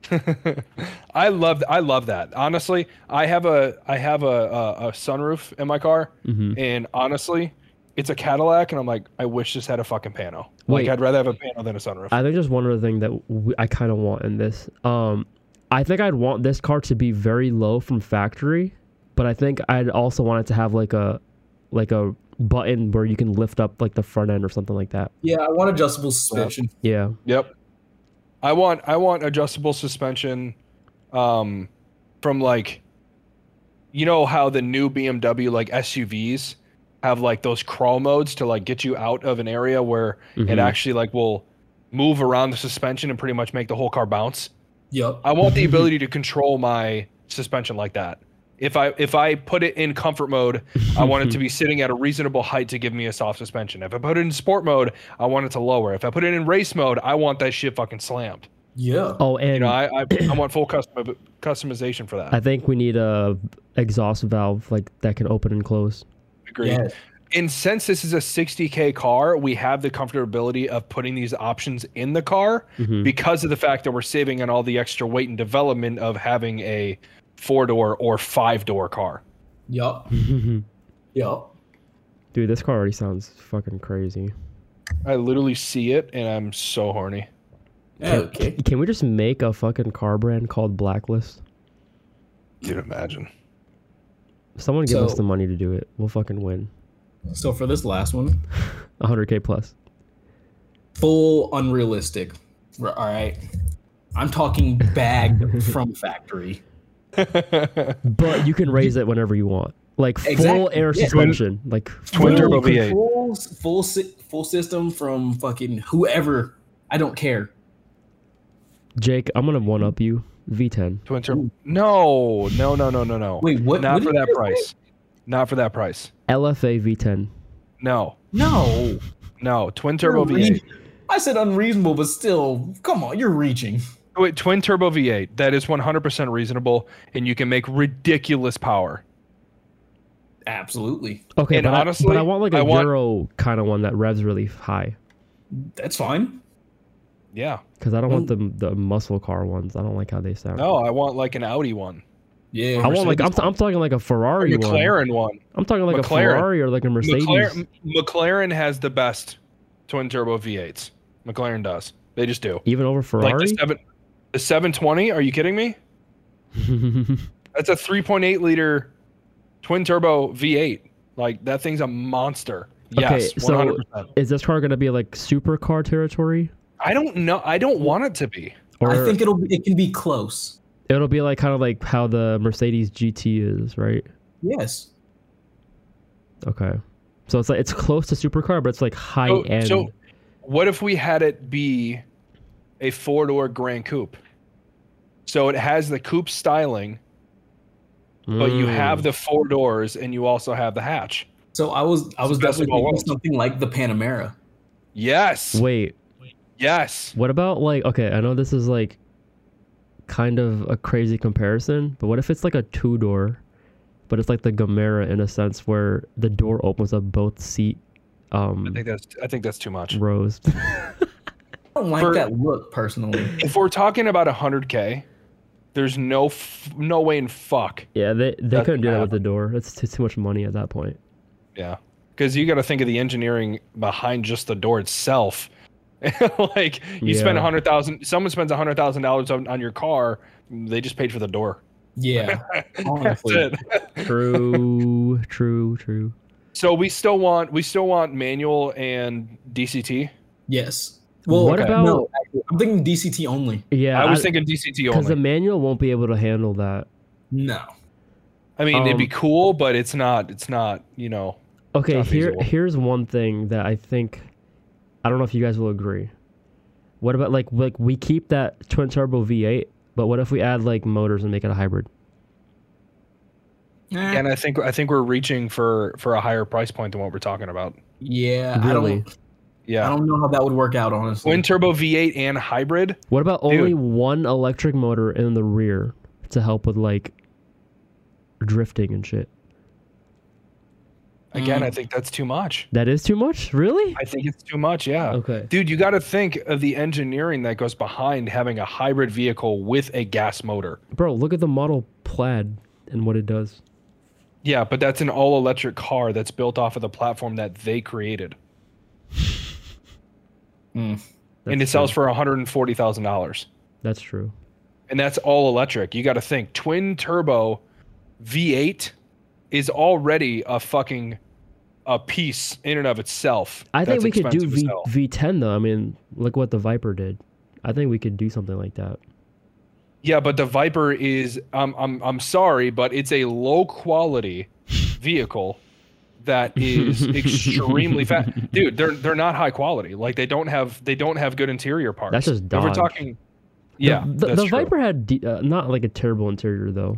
I love I love that. Honestly, I have a I have a a, a sunroof in my car, Mhm. and honestly, it's a Cadillac, and I'm like, I wish this had a fucking panel. Wait. Like, I'd rather have a panel than a sunroof. I think there's one other thing that w I I kind of want in this. Um, I think I'd want this car to be very low from factory, but I think I'd also want it to have like a like a button where you can lift up like the front end or something like that. Yeah, I want adjustable suspension. Yeah. yep. I want I want adjustable suspension, um, from like, you know how the new BMW like SUVs have like those crawl modes to like get you out of an area where it Mhm. actually like will move around the suspension and pretty much make the whole car bounce. Yep. I want the ability to control my suspension like that. If I if I put it in comfort mode, I want it to be sitting at a reasonable height to give me a soft suspension. If I put it in sport mode, I want it to lower. If I put it in race mode, I want that shit fucking slammed. Yeah. Oh, and You know, I I, I want full custom customization for that. I think we need a exhaust valve like that can open and close. Agreed. Yeah. And since this is a 60k car, we have the comfortability of putting these options in the car Mhm. because of the fact that we're saving on all the extra weight and development of having a four door or five door car. Yep. Yep. Dude, this car already sounds fucking crazy. I literally see it and I'm so horny. Yeah, okay. Can we just make a fucking car brand called Blacklist? Dude, imagine. Someone give us So- the money to do it. We'll fucking win. So for this last one, 100k plus. full unrealistic. R- All right. I'm talking bagged from factory. But you can raise it whenever you want. Like full Exactly, air yeah. suspension. Like Twin full- turbo Full V8. controls, Full si- full system from fucking whoever. I don't care. Jake, I'm gonna one up you. V10. Twin turbo. No, no, no, no, no, no. Wait, what- Not what for did that you say? price. Not for that price. LFA V10. No, No. no. Twin turbo You're V8. reaching. I said unreasonable, but still, come on, you're reaching. Wait, twin turbo V8. That is 100% reasonable, and you can make ridiculous power. Absolutely. Okay, And but, I, honestly, but I want like a I want- Euro kind of one that revs really high. That's fine. Yeah. Because I don't want the the muscle car ones. I don't like how they sound. No, I want like an Audi one, Yeah. I want like I'm, I'm talking like a a Ferrari one. McLaren one. I'm talking like a McLaren. Ferrari or like a Mercedes. McLaren, McLaren has the best twin turbo V8s. McLaren does. They just do. Even over Like Ferrari. the seven, the 720. Are you kidding me? That's a 3.8 liter twin turbo V8. Like that thing's a monster. Yes, Okay, so- 100%. Is this car gonna be like supercar territory? I don't know. I don't want it to be. Or I think it'll be, it can be close. it'll be like kind of like how the Mercedes GT is, right? Yes. Okay. So it's like it's close to supercar, but it's like high So, end. so what if we had it be a four door Grand Coupe? So it has the coupe styling, but you Mm. have the four doors and you also have the hatch. So I was I was It's the best of definitely all thinking worlds. something like the Panamera. Yes. Mm. Wait, Yes. what about like okay? I know this is like kind of a crazy comparison, but what if it's like a two door, but it's like the Gamera in a sense where the door opens up both seat I um think that's I think that's too much. rows. I don't like For- that look personally. If we're talking about 100k, there's no f- no way in fuck. yeah, they they That's couldn't do that with bad. the door. That's too, too much money at that point. Yeah. Because you got to think of the engineering behind just the door itself. like you spend Yeah. a hundred thousand, someone spends a hundred thousand dollars on, on your car, they just paid for the door. Yeah. That's Honestly. it. True, true, true. So we still want we still want manual and DCT. Yes. Well, What okay, about- no, actually, I'm thinking DCT only. Yeah, I was thinking DCT because the only. manual won't be able to handle that. No. I mean, it'd be um, cool, but it's not. It's not. You know. Okay, not here feasible. here's one thing that I think I don't know if you guys will agree. What about like like we keep that twin turbo V8, but what if we add like motors and make it a hybrid? Eh, And I think I think we're reaching for for a higher price point than what we're talking about. yeah. I Really? don't I Yeah. don't know how that would work out, honestly. Twin turbo V8 and hybrid. What about only Dude. one electric motor in the rear to help with like drifting and shit? Again, Mm. I think that's too much. That is too much, really? I uh, think it's too much. Yeah. Okay. Dude, you got to think of the engineering that goes behind having a hybrid vehicle with a gas motor. Bro, look at the model plaid and what it does. Yeah, but that's an all electric car that's built off of the platform that they created. Hmm. and it That's sells true. for $140,000. That's true. And that's all electric. You got to think twin turbo V8 is already a fucking a piece in and of itself. I think That's we could do expensive as v- hell. V10 though. I mean, look what the Viper did. I think we could do something like that. Yeah, but the Viper is um, I'm I'm sorry, but it's a low quality vehicle that is extremely fat. Dude, they're they're not high quality. Like they don't have they don't have good interior parts. That's just If We're Dodge. talking Yeah, The, the, that's the true. Viper had de- uh, not like a terrible interior though.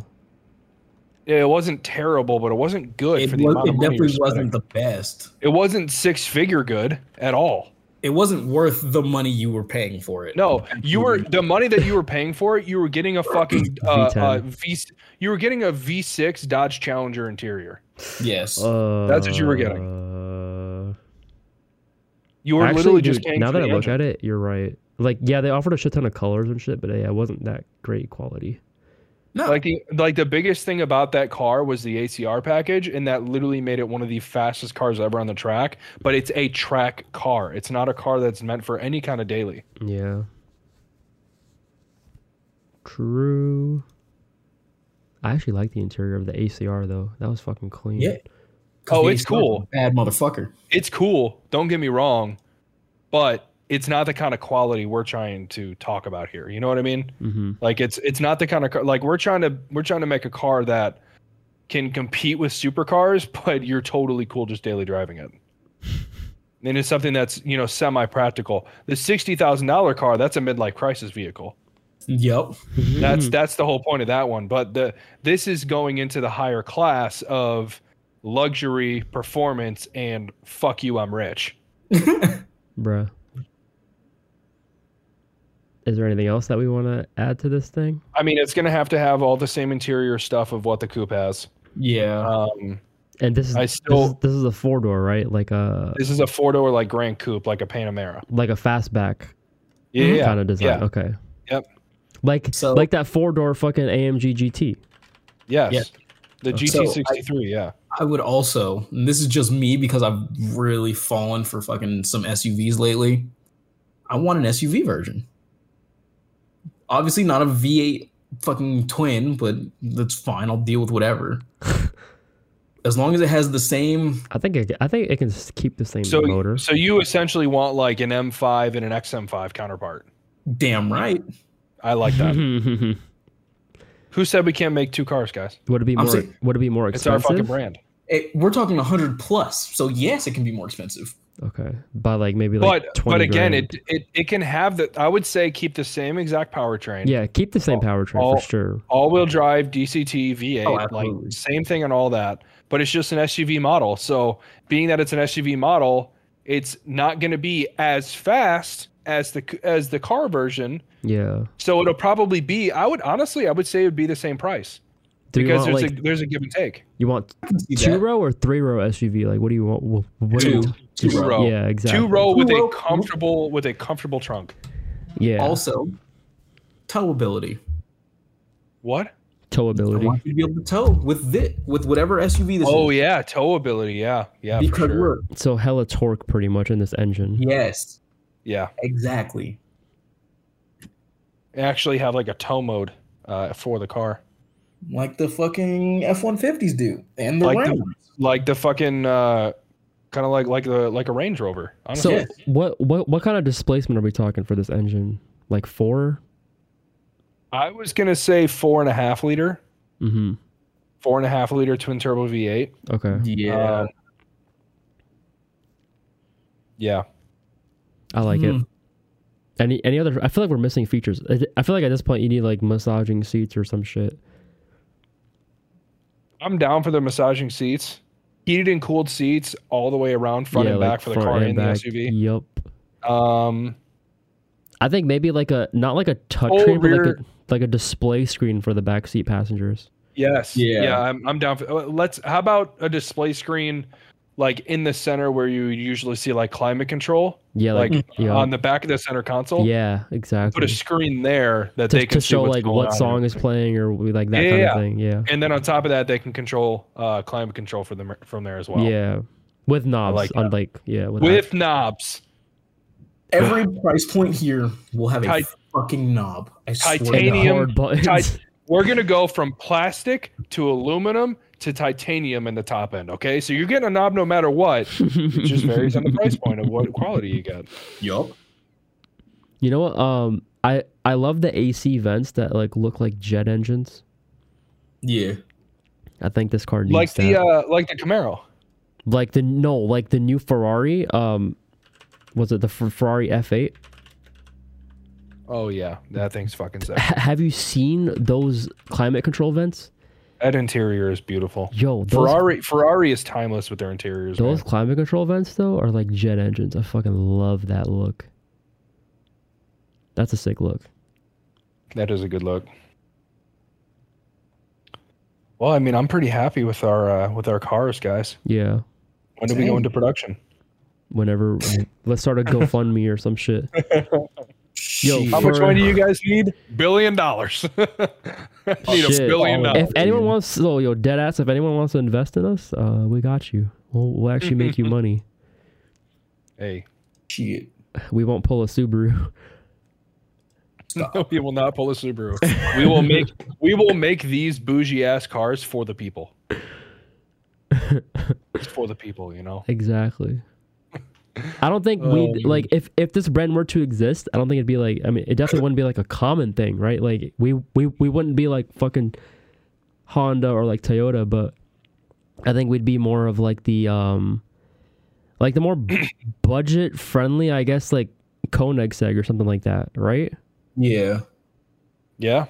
Yeah, It wasn't terrible, but it wasn't good It, for the was, amount of it money you're definitely spending. wasn't the best. It wasn't six figure good at all. It wasn't worth the money you were paying for it. No, you were the money that you were paying for it. You were getting a fucking uh, uh, V10. V. You were getting a V6 Dodge Challenger interior. Yes. Uh, That's what you were getting. Uh, You were actually, literally dude, just paying now for that I the look engine. at it, you're right. Like, yeah, they offered a shit ton of colors and shit, but yeah, it wasn't that great quality. no. like the, like the biggest thing about that car was the ACR package, and that literally made it one of the fastest cars ever on the track. But it's a track car. It's not a car that's meant for any kind of daily. Yeah. True. I actually like the interior of the ACR though. That was fucking clean. yeah. Oh, it's cool. Bad motherfucker. It's cool. Don't get me wrong, but it's not the kind of quality we're trying to talk about here. You know what I mean? Mm-hmm. Like it's it's not the kind of car like we're trying to we're trying to make a car that can compete with supercars, but you're totally cool just daily driving it. And it's something that's you know semi practical. The sixty thousand dollar car that's a midlife crisis vehicle. Yep. Mm-hmm. That's that's the whole point of that one. But the this is going into the higher class of luxury performance and fuck you, I'm rich. Bruh. Is there anything else that we want to add to this thing? I mean, it's gonna have to have all the same interior stuff of what the coupe has. Yeah. Um, And this is I this is- still- this is, a four door, right? Like a this is a four door like Grand Coupe, like a Panamera. like a fastback Yeah, yeah, kind of design. Yeah. Okay. Yep. Like So- like that four door fucking AMG GT. Yes. Yeah. The So, I- GT63, yeah. I would also, and this is just me because I've really fallen for fucking some SUVs lately. I want an SUV version. Obviously, not a V8 fucking twin, but that's fine. I'll deal with whatever. as long as it has the same. I think it, I think it can s- keep the same So, motor. so you essentially want like an M5 and an XM5 counterpart. Damn right. I like that. Who said we can't make two cars, guys? would it be I'm more saying- would it be more It's expensive? our fucking brand. It, we're talking 100 plus. So, yes, it can be more expensive. Okay. By like maybe like but 20 but again, grand. it, it it can have the I would say keep the same exact powertrain. Yeah, keep the same all- powertrain all- for sure. All wheel drive, DCT, V8, Oh, absolutely. like same thing and all that. But it's just an SUV model. So being that it's an SUV model, it's not going to be as fast as the c- as the car version. Yeah. So it'll probably be. I would honestly, I would say it would be the same price Do you because want there's like a there's a give and take. you want I can see two that. row or three row SUV? Like, what do you want? What, what do you- Two. Two just- row. Yeah, exactly. Two row with Two row. a comfortable with a comfortable trunk. Yeah. Also, towability. What? I towability. want you to be able to tow with this, with whatever SUV this Oh is. yeah, towability. Yeah, yeah, for because sure. we're So hella torque, pretty much, in this engine. Yes, Yeah, exactly. They actually have like a tow mode uh, for the car, Like the fucking F one fifties do, and the Like the- Rams. like the fucking uh, kind of like like the like a Range Rover. Honestly. So Yes. what what what kind of displacement are we talking for this engine? Like 4 I was gonna say four and a half liter, Mm-hmm. four and a half liter twin turbo V8. Okay. Um, yeah. I like Hmm. it. Any any other? I feel like we're missing features. I I feel like at this point you need like massaging seats or some shit. I'm down for the massaging seats, heated and cooled seats all the way around, front Yeah, and like back for the front car and and back. Mm. the SUV. Yup. Um, I think maybe like a not like a touch Full screen, but like rear- a like a display screen for the backseat passengers. yes. Yeah. Yeah. I'm, I'm down for. uh, Let's. How about a display screen, like in the center where you usually see like climate control, Yeah, like, mm, like yeah, on the back of the center console. yeah, Put exactly. a screen there that Mm-hmm. To, they can to see show what's like going what on. song is playing or we- like that Yeah, kind yeah. of thing. Yeah, And then on top of that, they can control uh, climate control from them from there as well. yeah, with knobs like on like yeah with, knobs. With knobs, Every price point here will have a Ti- fucking knob. I swear to God. and titanium hard buttons. ti- we're gonna go from plastic to aluminum to titanium in the top end. Okay, so you're getting a knob no matter what. It just varies on the price point of what quality you get. Yup. You know what? Um, I I love the AC vents that like look like jet engines. Yeah. I think this car needs Like that. the uh, like the Camaro. like the no, like the new Ferrari. Um, was it the Fer- Ferrari F8? Oh yeah, that thing's fucking sick. H- have you seen those climate control vents? That interior is beautiful. Yo, those Ferrari Ferrari is timeless with their interiors. man. those climate control vents though are like jet engines. I fucking love that look. That's a sick look. That is a good look. Well, I mean, I'm pretty happy with our uh, with our cars, guys. Yeah. When do we go Same. into production? Whenever let's start a GoFundMe or some shit. Yo, Shit. How much For- money do you guys need? Billion dollars. Need a Shit. billion Oh, dollars. If anyone wants, so yo, dead ass. If anyone wants to invest in us, uh, we got you. We'll, we'll actually make you money. Hey, Shit. We won't pull a Subaru. no, we will not pull a Subaru. We will make we will make these bougie ass cars for the people. It's for the people, you know. Exactly. I don't think we Um, like if if this brand were to exist, I don't think it'd be like. I mean, it definitely wouldn't be like a common thing, right? Like we we we wouldn't be like fucking Honda or like Toyota, but I think we'd be more of like the um, like the more budget friendly, I guess, like Koenigsegg or something like that, right? Yeah. Yeah.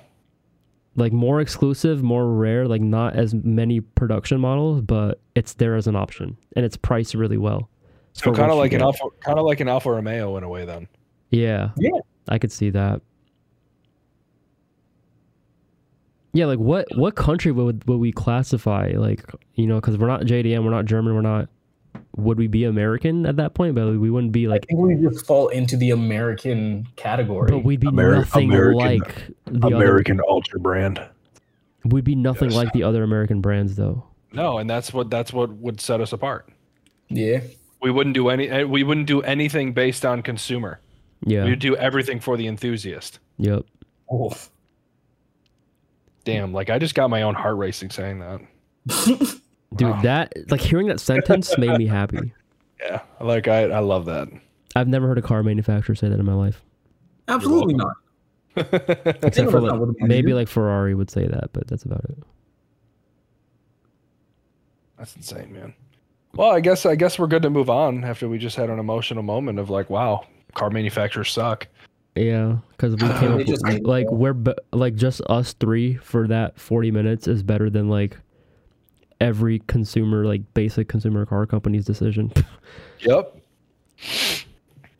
like more exclusive, more rare, like not as many production models, but it's there as an option and it's priced really well. So for what kind of you like an get. Alfa, kind of like an Alfa Romeo in a way. Then Yeah. Yeah. I could see that. Yeah, like what what country would would we classify like, you know, cuz we're not JDM, we're not German, we're not would we be American at that point? But we wouldn't be I like think we just fall into the American category. but we'd be Ameri- nothing American- like the Ultra brand. other we'd be nothing Yes. like the other American brands though. No, and that's what that's what would set us apart. yeah. We wouldn't do any. eh, We wouldn't do anything based on consumer. Yeah. We'd do everything for the enthusiast. Yep. Oh. Damn, like I just got my own heart racing saying that. Dude, Wow. that like hearing that sentence made me happy. Yeah, like I, I love that. I've never heard a car manufacturer say that in my life, Absolutely welcome. not. except for Anyone that like, would've been maybe you. like Ferrari would say that, but that's about it. That's insane, man. Well, I guess I guess we're good to move on after we just had an emotional moment of like, wow, car manufacturers suck. Yeah, because we came They up just with, made like it. we're be- like just us three for that forty minutes is better than like every consumer like basic consumer car company's decision. Yep.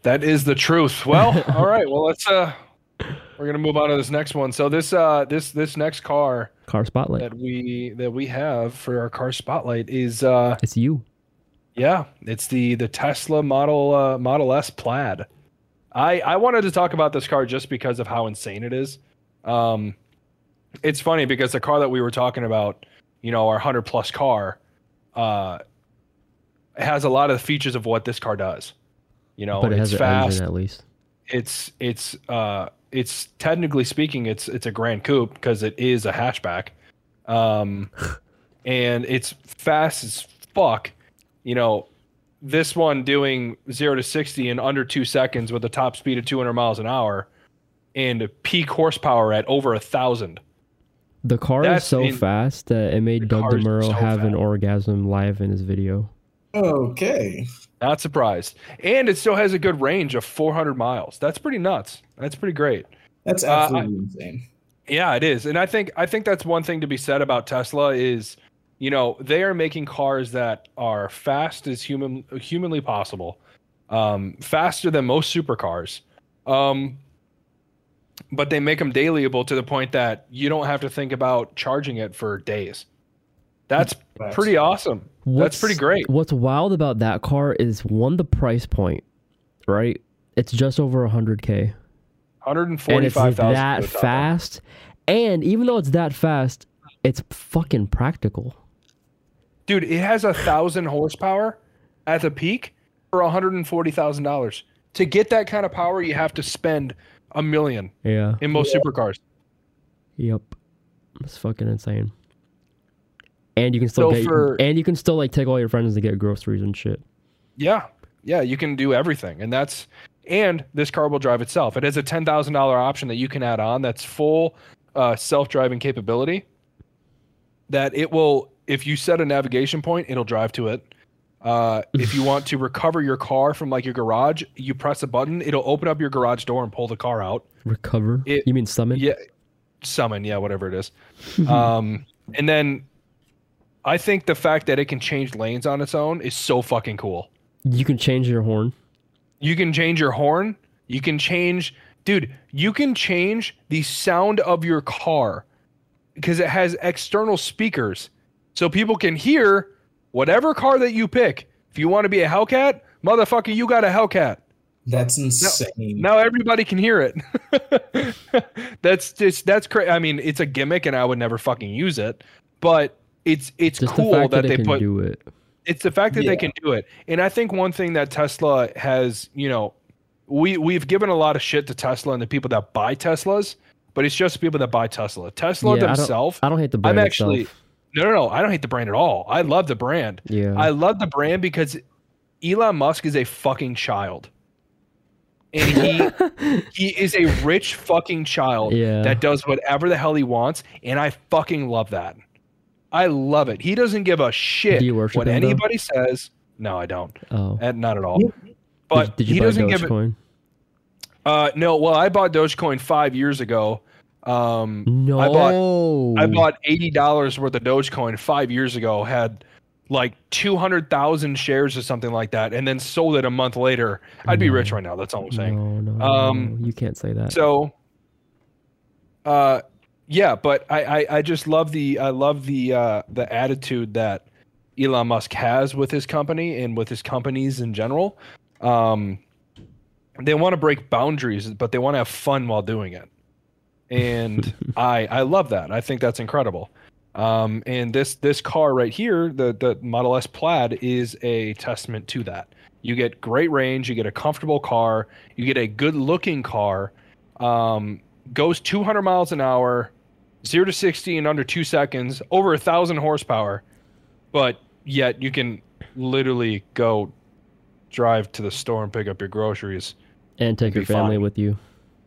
That is the truth. Well, all right. Well, let's uh we're gonna move on to this next one. So this uh this this next car car spotlight, that we that we have for our car spotlight is uh it's you. yeah, it's the the Tesla Model uh, Model S Plaid. I I wanted to talk about this car just because of how insane it is. Um, it's funny because the car that we were talking about, you know, our hundred plus car, uh, has a lot of the features of what this car does. You know, but it it's has an fast engine at least. it's it's uh it's technically speaking it's it's a grand coupe because it is a hatchback um and it's fast as fuck you know this one doing 0 to 60 in under 2 seconds with a top speed of 200 miles an hour and peak horsepower at over a thousand The car is That's so in- fast that it made The Doug car is DeMuro so have an fast. orgasm live in his video. Okay. not surprised and it still has a good range of 400 miles that's pretty nuts that's pretty great That's Uh, I- absolutely insane. Yeah, it is. And I think I think that's one thing to be said about Tesla is, you know, they are making cars that are fast as human humanly possible. um, faster than most supercars. Um, but they make them dailyable to the point that you don't have to think about charging it for days. That's That's- pretty awesome. That's pretty great. What's wild about that car is one the price point, right? It's just over 100k. and it's 145,000. that to the top. fast. And even though it's that fast, it's fucking practical. Dude, it has a thousand horsepower at the peak for $140,000. To get that kind of power, you have to spend a million Yeah. in most supercars. Yep. That's fucking insane. And you can still So get for- and you can still like take all your friends to get groceries and shit. Yeah. Yeah, you can do everything. And that's and this car will drive itself. It has a ten thousand dollar option that you can add on that's full uh, self driving capability. That it will if you set a navigation point, it'll drive to it. Uh, if you want to recover your car from like your garage, you press a button, it'll open up your garage door and pull the car out. Recover. It- you mean summon? Yeah, summon. Yeah, whatever it is. um, and then I think the fact that it can change lanes on its own is so fucking cool. You can change your horn. You can change your horn. You can change, dude. You can change the sound of your car because it has external speakers, so people can hear whatever car that you pick. If you want to be a Hellcat, motherfucker, you got a Hellcat. That's insane. Now everybody can hear it. that's just that's crazy. I mean, it's a gimmick, and I would never fucking use it. But it's it's Just cool the fact that, that, they it can put do it. it's the fact that Yeah. they can do it. And I think one thing that Tesla has, you know, we we've given a lot of shit to Tesla and the people that buy Teslas, but it's just the people that buy Tesla. Yeah, Tesla I don't- themselves. I don't hate the I'm brand actually itself. no no no. I don't hate the brand at all. I love the brand. Yeah. I love the brand because Elon Musk is a fucking child. And he he is a rich fucking child Yeah. that does whatever the hell he wants, and I fucking love that. I love it. He doesn't give a shit Do you worship what him, though? anybody says. No, I don't. oh. And not at all. did, But did you he buy doesn't give it. Dogecoin? Uh, no, well, I bought Dogecoin five years ago. Um, No. I bought I bought eighty dollars worth of Dogecoin five years ago. Had like two hundred thousand shares or something like that, and then sold it a month later. I'd be No. rich right now. That's all I'm saying. No, no, no, Um, no, you can't say that. So, uh, yeah, but I, I I just love the I love the uh the attitude that Elon Musk has with his company and with his companies in general. Um, they want to break boundaries, but they want to have fun while doing it, and I I love that. I think that's incredible. Um, and this this car right here, the the Model S Plaid, is a testament to that. You get great range, you get a comfortable car, you get a good looking car, um, goes 200 miles an hour, zero to 60 in under two seconds, over a thousand horsepower, but yet you can literally go drive to the store and pick up your groceries and take be your family fine. with you.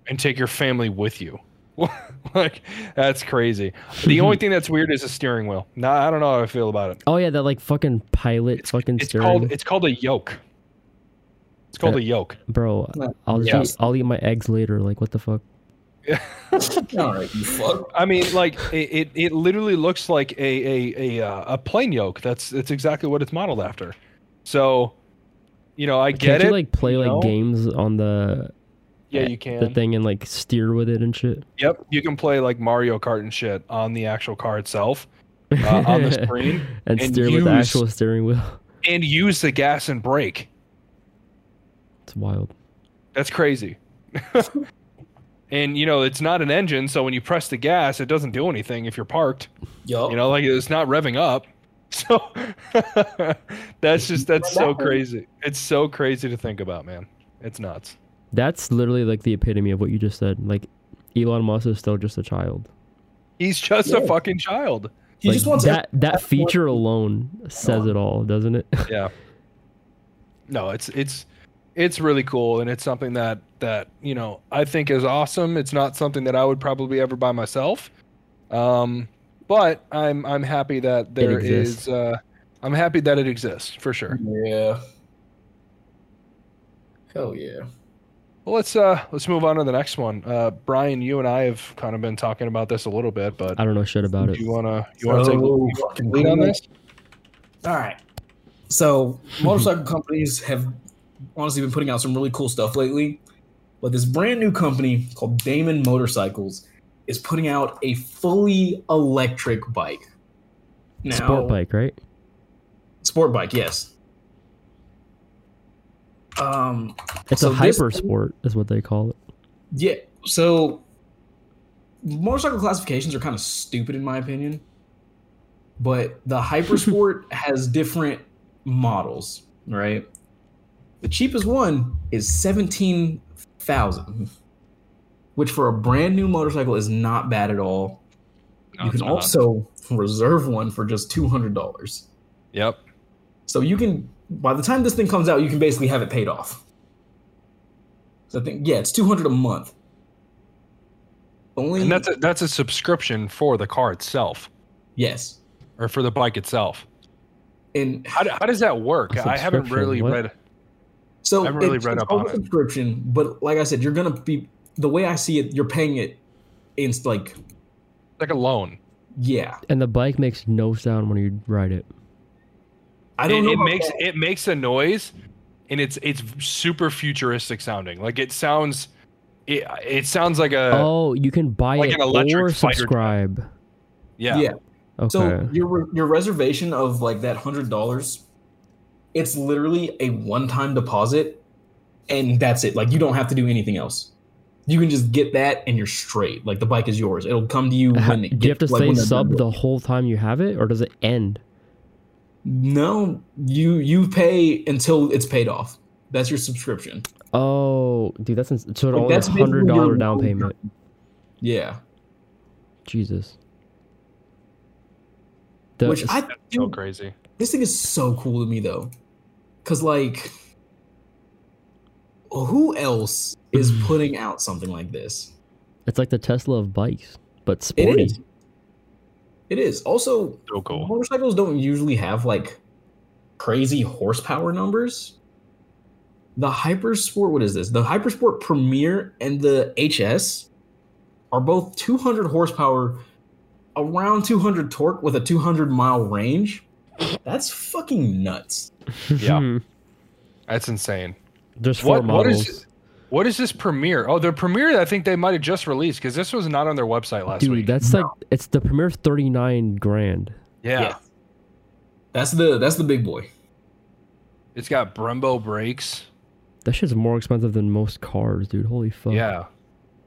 and take your family with you. like that's crazy. The only thing that's weird is a steering wheel. Now I don't know how I feel about it. Oh yeah, that like fucking pilot fucking It's steering. called it's called a yoke. It's called Yeah. a yoke. Bro, No, I'll just yeah. eat, I'll eat my eggs later. Like what the fuck? All right, you fuck. I mean, like it, it, it literally looks like a a a, uh, a plane yoke. That's that's exactly what it's modeled after. So, you know, I get Can't it. you like play you like know? games on the yeah, you the can. thing and like steer with it and shit? Yep, you can play like Mario Kart and shit on the actual car itself uh, on the screen and, and steer with the use- actual steering wheel. and use the gas and brake. It's wild. That's crazy. and you know, it's not an engine, so when you press the gas, it doesn't do anything if you're parked. Yo, Oh. You know, like it's not revving up. So that's just that's so crazy. It's so crazy to think about, man. It's nuts. That's literally like the epitome of what you just said. Like Elon Musk is still just a child. He's just Yeah. a fucking child. he Like, just wants that that that's what- feature alone says it all, doesn't it? Yeah. No, it's it's it's really cool and it's something that that, you know, I think is awesome. It's not something that I would probably ever buy myself. Um but I'm I'm happy that there exists. is uh I'm happy that it exists for sure. Yeah. Hell yeah. Well, let's uh let's move on to the next one. Uh Brian, you and I have kind of been talking about this a little bit, but I don't know shit about it. you wanna you wanna take So the fucking lead on cool. this? All right. So motorcycle companies have honestly been putting out some really cool stuff lately. But this brand new company called Damon Motorcycles is putting out a fully electric bike. Now, Sport bike, right? Sport bike, yes. Um, It's So a this- hyper sport, is what they call it. yeah. So motorcycle classifications are kind of stupid in my opinion. But the hypersport has different models, right? The cheapest one is 17,000, which for a brand new motorcycle is not bad at all. No, you it's can not. also reserve one for just $200. Yep. So you can, by the time this thing comes out, you can basically have it paid off. So I think, yeah, it's two hundred a month. Only And that's a, that's a subscription for the car itself yes, or for the bike itself. and How, do- how does that work? A I haven't subscription, really what? read. so I haven't really it's, read it's up on over it. subscription. But like I said, you're gonna be the way I see it. You're paying it. It's like Like a loan. yeah, And the bike makes no sound when you ride it. I don't it, know. it about makes that. it makes a noise, and it's it's super futuristic sounding. Like it sounds, it, it sounds like a oh, you can buy Uh, like it an electric or fighter jet. subscribe. yeah. yeah. Okay. So your re- your reservation of like that hundred dollars, it's literally a one time deposit, and that's it. Like you don't have to do anything else. You can just get that, and you're straight. Like the bike is yours. It'll come to you Ha- when do it you have to gets- like, stay when they're sub done. the whole time you have it, or does it end? No, you you pay until it's paid off. That's your subscription. Oh, dude, that's ins- so it Like, only that's a basically hundred your dollar down loan. payment. Yeah, Jesus. The- which I That's so think crazy. this thing is so cool to me though, because like, who else is putting out something like this? it's like the Tesla of bikes, but It sporty. is. It is. Also, So cool. motorcycles don't usually have like crazy horsepower numbers. The Hypersport, what is this? The Hypersport Premier and the HS are both 200 horsepower, around 200 torque with a 200 mile range. That's fucking nuts. Yeah. That's insane. There's four What- what models. is What is this premiere? Oh, the premiere I think they might have just released because this was not on their website last Dude, week. that's like it's the premiere's thirty nine grand. yeah. That's the that's the big boy. it's got Brembo brakes. That shit's more expensive than most cars, dude. Holy fuck. Yeah,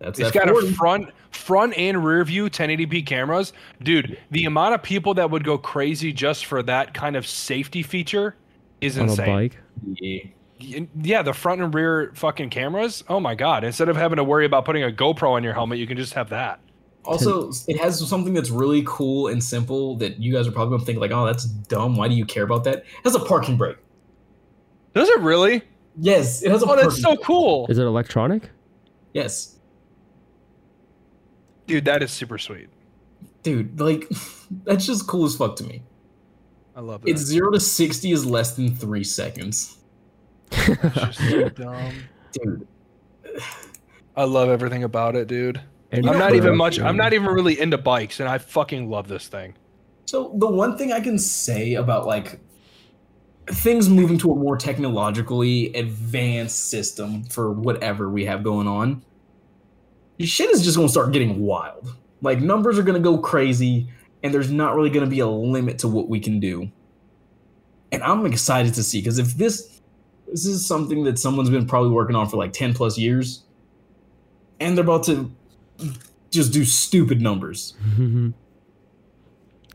That's it's that got 40. a front front and rear view 1080p cameras. Dude, the amount of people that would go crazy just for that kind of safety feature is On a insane. bike. Yeah. Y- Yeah, the front and rear fucking cameras. Oh my god! Instead of having to worry about putting a GoPro on your helmet, you can just have that. Also, it has something that's really cool and simple that you guys are probably gonna think like, "Oh, that's dumb. Why do you care about that?" It has a parking brake. Does it really? Yes, it has a Oh, parking. that's so brake. cool, Is it electronic? Yes, dude. That is super sweet. dude, like that's just cool as fuck to me. I love that. It's zero to sixty is less than three seconds, It's just so dumb. dude. I love everything about it, dude. And I'm know not what even else much. I'm not even really into bikes, and I fucking love this thing. So the one thing I can say about like things moving to a more technologically advanced system for whatever we have going on, shit is just gonna start getting wild. Like numbers are gonna go crazy, and there's not really gonna be a limit to what we can do. And I'm excited to see because if this this is something that someone's been probably working on for like 10 plus years, and they're about to just do stupid numbers. e-, And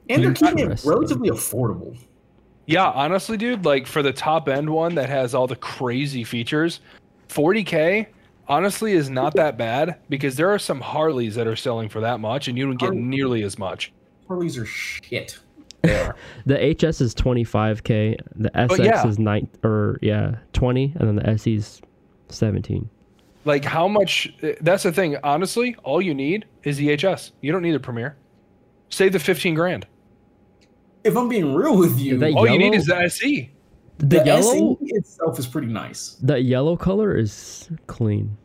they're keeping it Interesting. relatively affordable. Yeah, honestly, dude, like for the top end one that has all the crazy features, 40k honestly is not that bad because there are some Harleys that are selling for that much, and you don't get Harley. nearly as much. Harleys are shit. the HS is twenty five K, the SX Oh, yeah. is nine or yeah, twenty, and then the SE's seventeen. Like how much? eh, That's the thing. Honestly, all you need is the HS. You don't need the Premiere. Save the 15 grand. If I'm being real with you, They- All you need Yellow? is the E. SE. The, yellow E SE E itself is pretty nice. that yellow color is clean.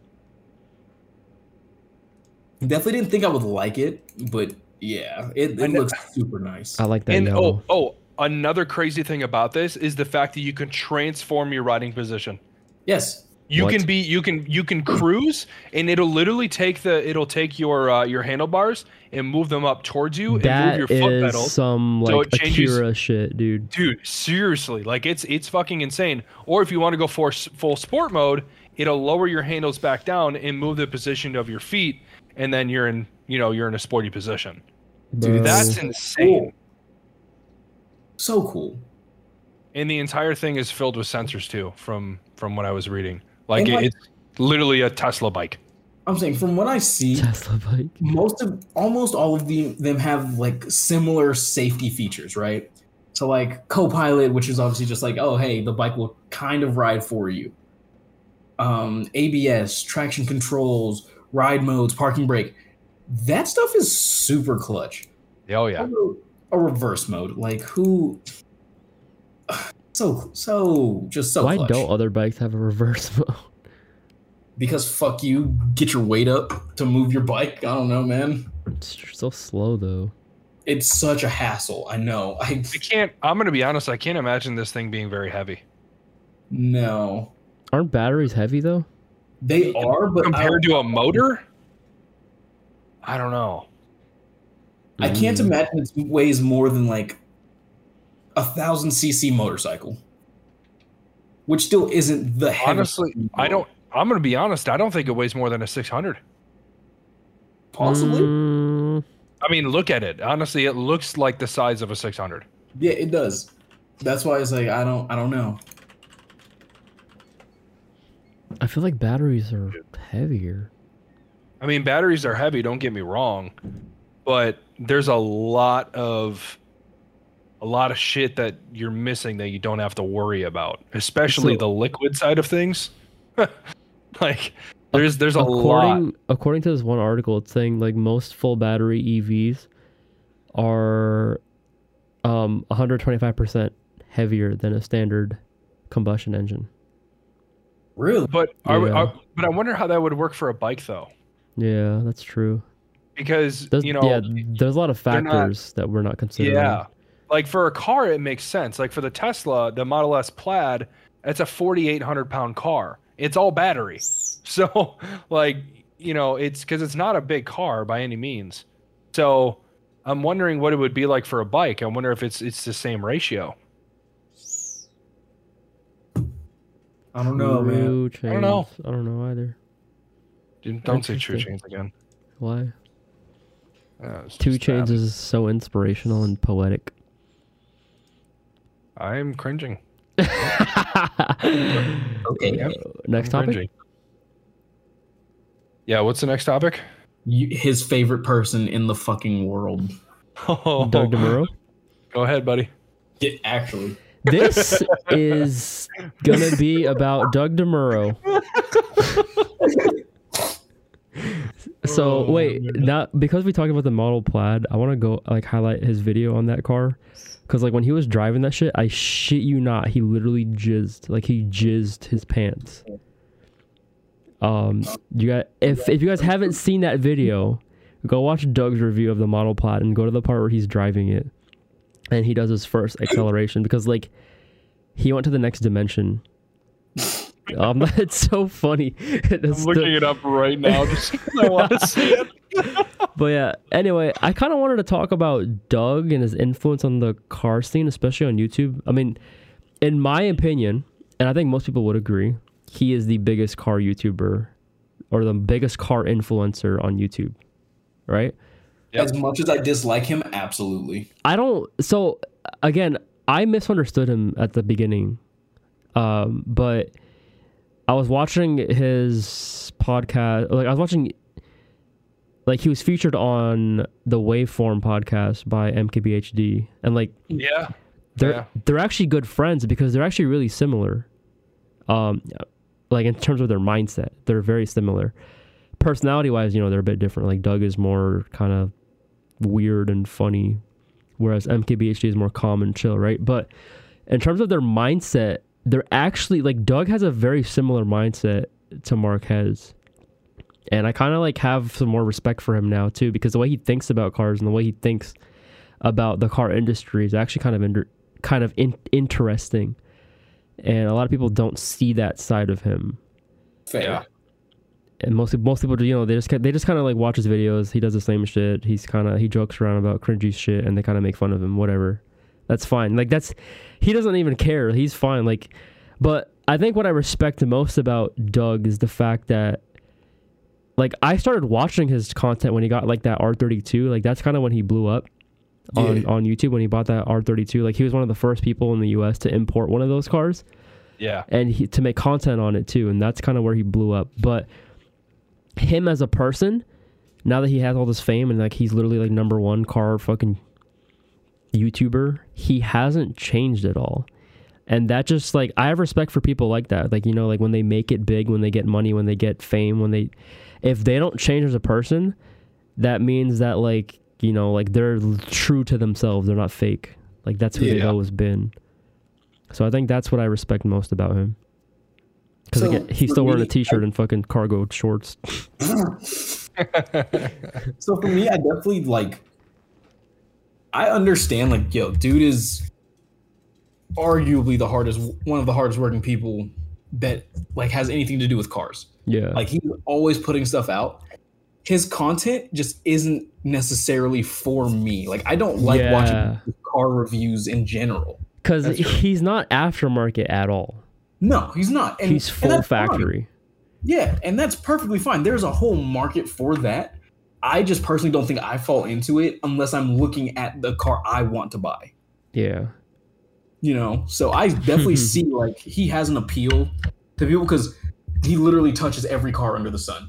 Definitely didn't think I would like it, but yeah, it, I it know- looks super nice. I like that And yellow. oh, oh, another crazy thing about this is the fact that you can transform your riding position. Yes. You What? can be you can you can cruise and it'll literally take the it'll take your uh, your handlebars and move them up towards you and That move your foot is pedal. some So like it changes- Akira shit, dude. Dude, seriously, like it's it's fucking insane. Or if you want to go for s- full sport mode, it'll lower your handles back down and move the position of your feet and then you're in, you know, you're in a sporty position. Bro. Dude, That's insane. So cool. And the entire thing is filled with sensors too from from what I was reading. Like And, it, like- it's literally a Tesla bike. I'm saying from what I see, Tesla bike. most of almost all of the, them have like similar safety features, right? So like Copilot, which is obviously just like, oh hey, the bike will kind of ride for you. Um, ABS, traction controls, ride modes, parking brake. That stuff is super clutch. Oh yeah. Although, A reverse mode, like who? So so just so Why clutch. don't other bikes have a reverse mode? Because fuck you, get your weight up to move your bike. I don't know, man. It's so slow though. It's such a hassle. I know. I I can't. I'm gonna be honest. I can't imagine this thing being very heavy no. Aren't batteries heavy though? They are, but compared to a motor. I don't know. I, I can't Mm. imagine it weighs more than like a thousand cc motorcycle, which still isn't the heaviest. Honestly, I don't. I'm gonna be honest. I don't think it weighs more than a 600. possibly. Mm, I mean, look at it. Honestly, it looks like the size of a 600. Yeah, it does. That's why it's like I don't. I don't know. I feel like batteries are heavier. I mean, batteries are heavy. Don't get me wrong, but there's a lot of a lot of shit that you're missing that you don't have to worry about, especially So- the liquid side of things. like, there's there's a lot. according according to this one article, it's saying like most full battery EVs are um 125% heavier than a standard combustion engine. Really? But are, we- Yeah. are- but I wonder how that would work for a bike though, Yeah, that's true. because There's, you know, yeah, yeah, there's a lot of they're not- factors that we're not considering. like for a car it makes sense. Like for the Tesla, the Model S Plaid, that's a 4,800 pound car. It's all battery, so like you know, it's because it's not a big car by any means. So I'm wondering what it would be like for a bike. I wonder if it's it's the same ratio. I don't know, man. True I don't know. chains. I don't know either. Dude, Don't say true Interesting. chains again. Why? Uh, it's Two just Chains bad. is so inspirational and poetic. I'm cringing. Okay. Yep. Next I'm topic. cringing. Yeah, what's the next topic? You, his favorite person in the fucking world. Oh, Doug DeMuro. Go ahead, buddy. Yeah, actually. This is gonna be about Doug DeMuro. so Oh, wait, man. not because we talked about the model plaid, I want to go like highlight his video on that car, because like when he was driving that shit, I shit you not, he literally jizzed like he jizzed his pants. Um, you got if if you guys haven't seen that video, go watch Doug's review of the model plaid and go to the part where he's driving it, and he does his first acceleration because like he went to the next dimension. Um, it's so funny. It's I'm the- looking it up right now. Just 'cause I want to see it. but yeah, anyway, I kind of wanted to talk about Doug and his influence on the car scene, especially on YouTube. I mean, in my opinion, and I think most people would agree, he is the biggest car YouTuber or the biggest car influencer on YouTube, right? Yep. As much as I dislike him, absolutely. I don't. So again, I misunderstood him at the beginning, um, but I was watching his podcast. Like I was watching, like he was featured on the Waveform podcast by MKBHD, and like Yeah. they're Yeah. they're actually good friends because they're actually really similar. Um, like in terms of their mindset, they're very similar. Personality wise, you know, they're a bit different. Like Doug is more kind of weird and funny, whereas MKBHD is more calm and chill, right? But in terms of their mindset, they're actually like Doug has a very similar mindset to Marquez. And I kind of like have some more respect for him now too because the way he thinks about cars and the way he thinks about the car industry is actually kind of inter- kind of in- interesting. and a lot of people don't see that side of him. Fair. Yeah. And most most people, you know, they just ki- they just kind of like watch his videos. He does the same shit. He's kind of he jokes around about cringy shit, and they kind of make fun of him. Whatever, that's fine. Like that's he doesn't even care. He's fine. Like, but I think what I respect the most about Doug is the fact that. Like I started watching his content when he got like that R32. Like that's kind of when he blew up on, Yeah. on YouTube when he bought that R32. Like he was one of the first people in the US to import one of those cars Yeah. and he, to make content on it too. And that's kind of where he blew up. But him as a person, now that he has all this fame and like he's literally like number one car fucking YouTuber, he hasn't changed at all. And that just like I have respect for people like that. Like you know, like when they make it big, when they get money, when they get fame, when they if they don't change as a person, that means that like you know, like they're l- true to themselves. They're not fake. Like that's who they've Yeah. always been. So I think that's what I respect most about him. Because So, again, he's for still wearing me, a t-shirt and fucking cargo shorts. So for me, I definitely like. I understand, like, yo, dude is arguably the hardest, one of the hardest working people that like has anything to do with cars. Yeah, Like he's always putting stuff out. His content just isn't necessarily for me. Like I don't like Yeah. watching car reviews in general. because that's true. he's not aftermarket at all. No, he's not. And, he's and full that's fine. factory. Yeah, and that's perfectly fine. There's a whole market for that. I just personally don't think I fall into it unless I'm looking at the car I want to buy. Yeah, You know, so I definitely see like he has an appeal to people because he literally touches every car under the sun.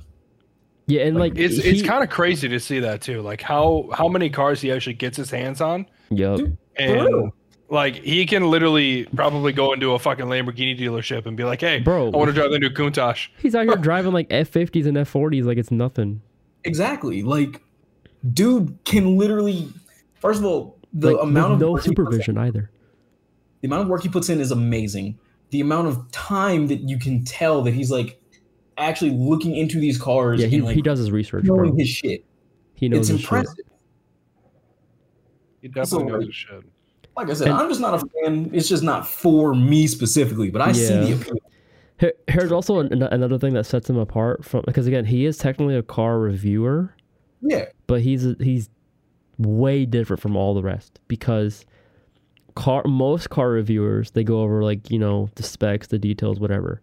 yeah, and like, Like, It's it's he- kind of crazy to see that too. Like how how many cars he actually gets his hands on Yup. Dude, For and real. like he can literally probably go into a fucking Lamborghini dealership and be like, "Hey, Bro. I want to drive the new Countach." He's out here driving like F50s and F40s like it's nothing. Exactly. Like, dude can literally. First of all, the Like, with amount of no work he puts in- supervision either. the amount of work he puts in is amazing. The amount of time that you can tell that he's like actually looking into these cars Yeah, he, and like he does his research, knowing bro. his shit. He knows It's his shit. impressive. He definitely So- knows his shit. Like I said, And- I'm just not a fan. It's just not for me specifically, but I see Yeah. the appeal. Here- Here's also an, an- another thing that sets him apart from because again, he is technically a car reviewer, Yeah, but he's he's way different from all the rest because car most car reviewers they go over like you know the specs, the details, whatever.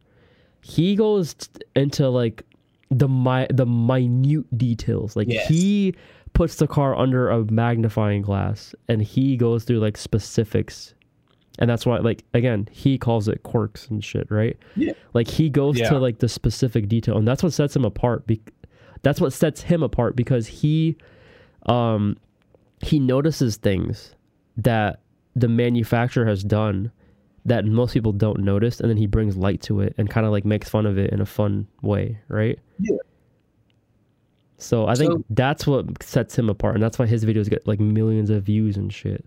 He goes t- into like the mi- the minute details. Like Yes. he puts the car under a magnifying glass and he goes through like specifics. And that's why like again, he calls it quirks and shit, right? Yeah. Like he goes Yeah. to like the specific detail and that's what sets him apart be- that's what sets him apart because he um he notices things that the manufacturer has done that most people don't notice and then he brings light to it and kind of like makes fun of it in a fun way right Yeah. so i think So- that's what sets him apart and that's why his videos get like millions of views and shit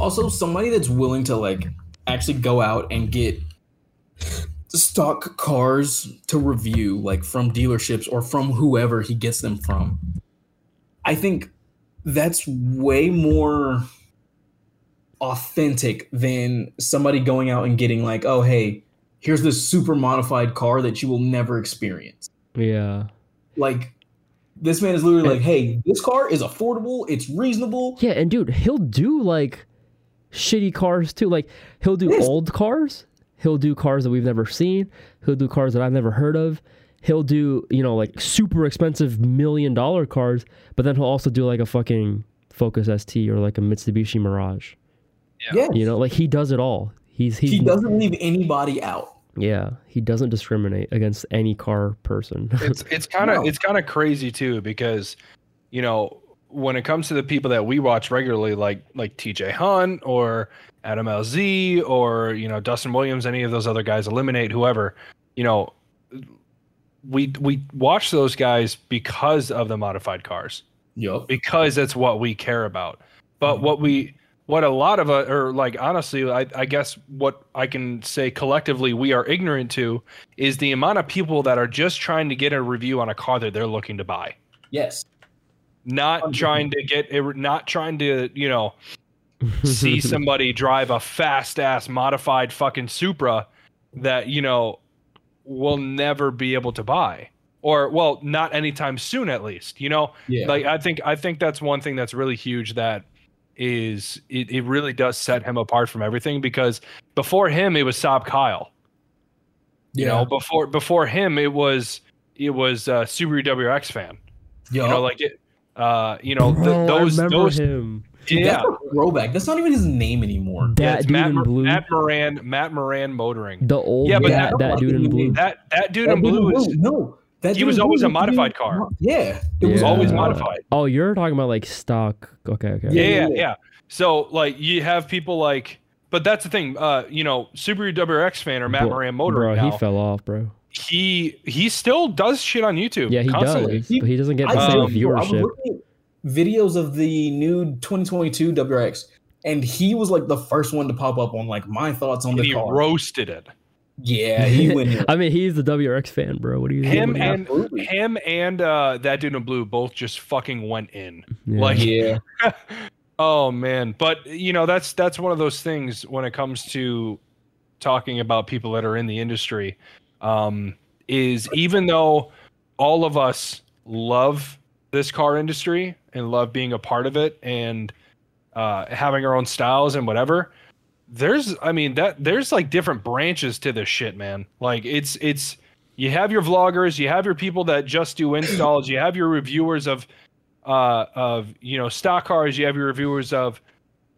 also somebody that's willing to like actually go out and get stock cars to review like from dealerships or from whoever he gets them from i think that's way more authentic than somebody going out and getting like oh hey here's this super modified car that you will never experience yeah like this man is literally like hey this car is affordable it's reasonable yeah and dude he'll do like shitty cars too like he'll do Yes. old cars he'll do cars that we've never seen he'll do cars that i've never heard of he'll do you know like super expensive million dollar cars but then he'll also do like a fucking focus st or like a mitsubishi mirage yeah you know like he does it all he's he's he doesn't leave anybody out yeah he doesn't discriminate against any car person it's it's kind of No. it's kind of crazy too because you know when it comes to the people that we watch regularly like like TJ Hunt or Adam LZ or you know Dustin Williams any of those other guys eliminate whoever you know we we watch those guys because of the modified cars Yup. because that's what we care about. But Mhm. what we, what a lot of us, or like honestly, I, I guess what I can say collectively we are ignorant to is the amount of people that are just trying to get a review on a car that they're looking to buy, Yes. not Hundred trying to get, a- not trying to, you know, see somebody drive a fast ass modified fucking Supra that, you know, will never be able to buy. Or well, not anytime soon at least. You know? Yeah. Like I think I think that's one thing that's really huge that is it, it really does set him apart from everything because before him it was Saab Kyle. You know, before before him it was it was uh Subaru WRX fan. Yo, Oh. You know, like it uh you know, th- Bro, those I remember those him. yeah. that's a throwback. That's not even his name anymore. That it's dude Matt, in Mor- blue. Matt Moran, Matt Moran motoring. The old Yeah, yeah, that, but that- dude in blue. That that dude That in blue dude- is no, that he dude was in always blue a modified didn't- car. Yeah, it was Yeah. always modified. Oh, you're talking about like stock. Okay, okay. yeah, Yeah, yeah, yeah. yeah. So like you have people like, but that's the thing. Uh, you know, Subaru WRX fan or Matt Bro- Moran bro, motoring now. he fell off, bro. He he still does shit on YouTube. Yeah, he constantly. does, but he doesn't get the I same don't did, bro. I was viewership. looking at videos of the new 2022 WRX, and he was like the first one to pop up on like my thoughts on And the he car. roasted it. yeah, he went in. I mean, he's the WRX fan, bro. What do you think? Him about and Absolutely. him and uh, that dude in blue both just fucking went in. that? Yeah. like- yeah, Oh man, but you know that's that's one of those things when it comes to talking about people that are in the industry um, is even though all of us love this car industry and love being a part of it and uh, having our own styles and whatever there's i mean that there's like different branches to this shit man like it's it's you have your vloggers you have your people that just do installs you have your reviewers of uh of you know stock cars you have your reviewers of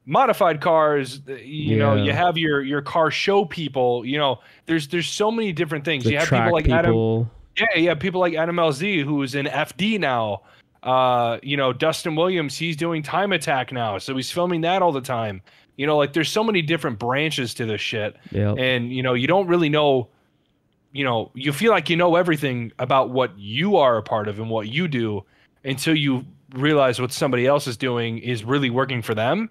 modified cars you know Yeah. you have your your car show people you know there's there's so many different things the you have track people like adam people. yeah yeah people like adam lz who's in fd now uh you know dustin williams he's doing time attack now so he's filming that all the time you know like there's so many different branches to this shit Yeah. and you know you don't really know you know you feel like you know everything about what you are a part of and what you do until you realize what somebody else is doing is really working for them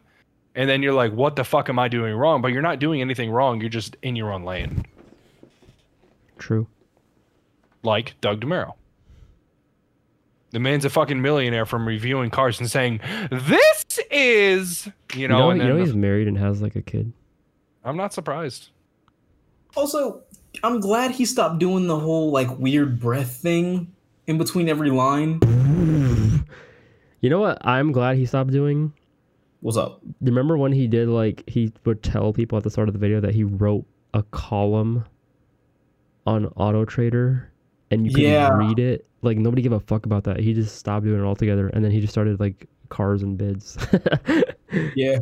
and then you're like what the fuck am i doing wrong but you're not doing anything wrong you're just in your own lane True. like doug demuro the man's a fucking millionaire from reviewing cars and saying this is you You know, know, you know, and then he's married and has like a kid. i'm not surprised Also, I'm glad he stopped doing the whole like weird breath thing in between every line. You know what? I'm glad he stopped doing. What's up? Remember when he did like he would tell people at the start of the video that he wrote a column on Auto Trader and you could Yeah. read it. Like nobody gave a fuck about that. He just stopped doing it altogether and then he just started like cars and bids. Mm, Yeah,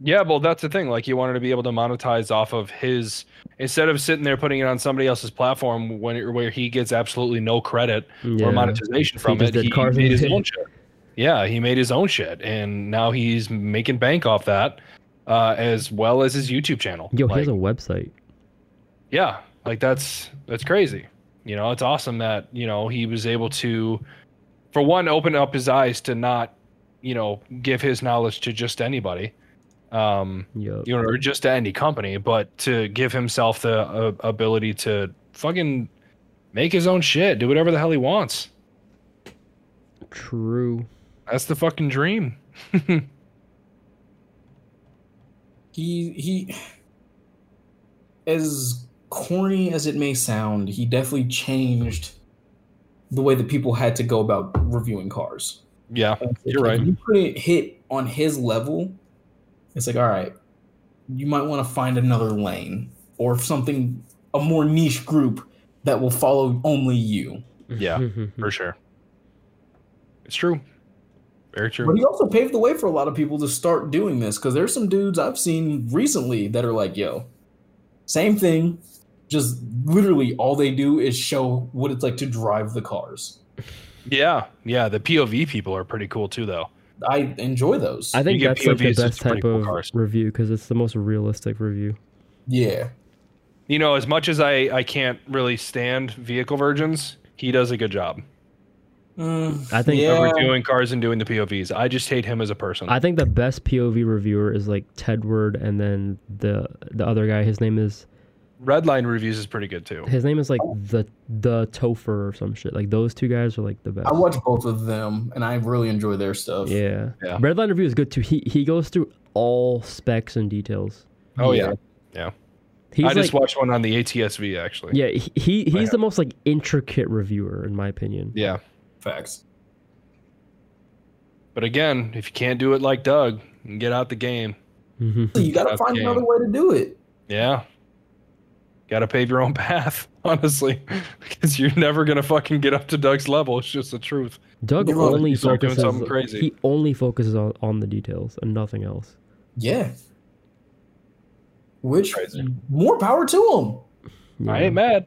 Yeah, well, that's the thing. Like, he wanted to be able to monetize off of his instead of sitting there putting it on somebody else's platform when it, where he gets absolutely no credit Yeah. or monetization from just it. did He cars made and his did- own shit. Yeah, he made his own shit, and now he's making bank off that, uh, as well as his YouTube channel. Yo, he Like, has a website. yeah like that's that's crazy you know it's awesome that you know he was able to for one open up his eyes to not you know give his knowledge to just anybody um Yo. you know or just to any company but to give himself the uh, ability to fucking make his own shit do whatever the hell he wants True. that's the fucking dream he he. As corny as it may sound, he definitely changed the way that people had to go about reviewing cars. yeah You're If right. You couldn't hit on his level. It's like, all right, you might want to find another lane or something, a more niche group that will follow only you. Yeah. for sure it's true very true But he also paved the way for a lot of people to start doing this because there's some dudes I've seen recently that are like, yo, same thing. Just literally all they do is show what it's like to drive the cars. yeah yeah the pov people are pretty cool too though I enjoy those. I think get that's like the POVs, best it's pretty type cool of cars. review because it's the most realistic review. yeah. you know, as much as I I can't really stand vehicle virgins, he does a good job Mm, I think- of yeah. reviewing cars and doing the POVs. I just hate him as a person. I think the best POV reviewer is like Tedward and then the the other guy. His name is Redline reviews is pretty good too. His name is like the the Topher or some shit. Like those two guys are like the best. I watch both of them, and I really enjoy their stuff. yeah. Yeah. Redline review is good too. He he goes through all specs and details. Oh yeah, Yeah. He's I just like, watched one on the ATSV actually. yeah. He, he he's Oh, yeah. the most like intricate reviewer in my opinion. yeah, Facts. but again, if you can't do it like Doug, get out the game. hmm So you gotta Tough find game. another way to do it. Yeah. Got to pave your own path, honestly, because you're never going to fucking get up to Doug's level. It's just the truth. Doug You're right. only You start doing focuses. something crazy. He only focuses on, on the details and nothing else. Yeah. Which Crazy. more power to them. I ain't mad.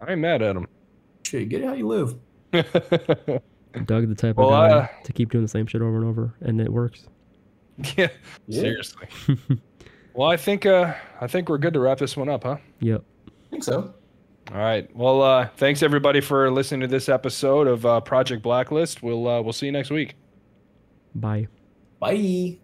I ain't mad at him. Shit, get it how you live. Doug the type Well, of guy uh, to keep doing the same shit over and over, and it works. yeah, seriously. well, I think uh, I think we're good to wrap this one up, huh? Yep. I think so. All right. Well, uh, thanks everybody for listening to this episode of uh, Project Blacklist. We'll uh, we'll see you next week. Bye. Bye.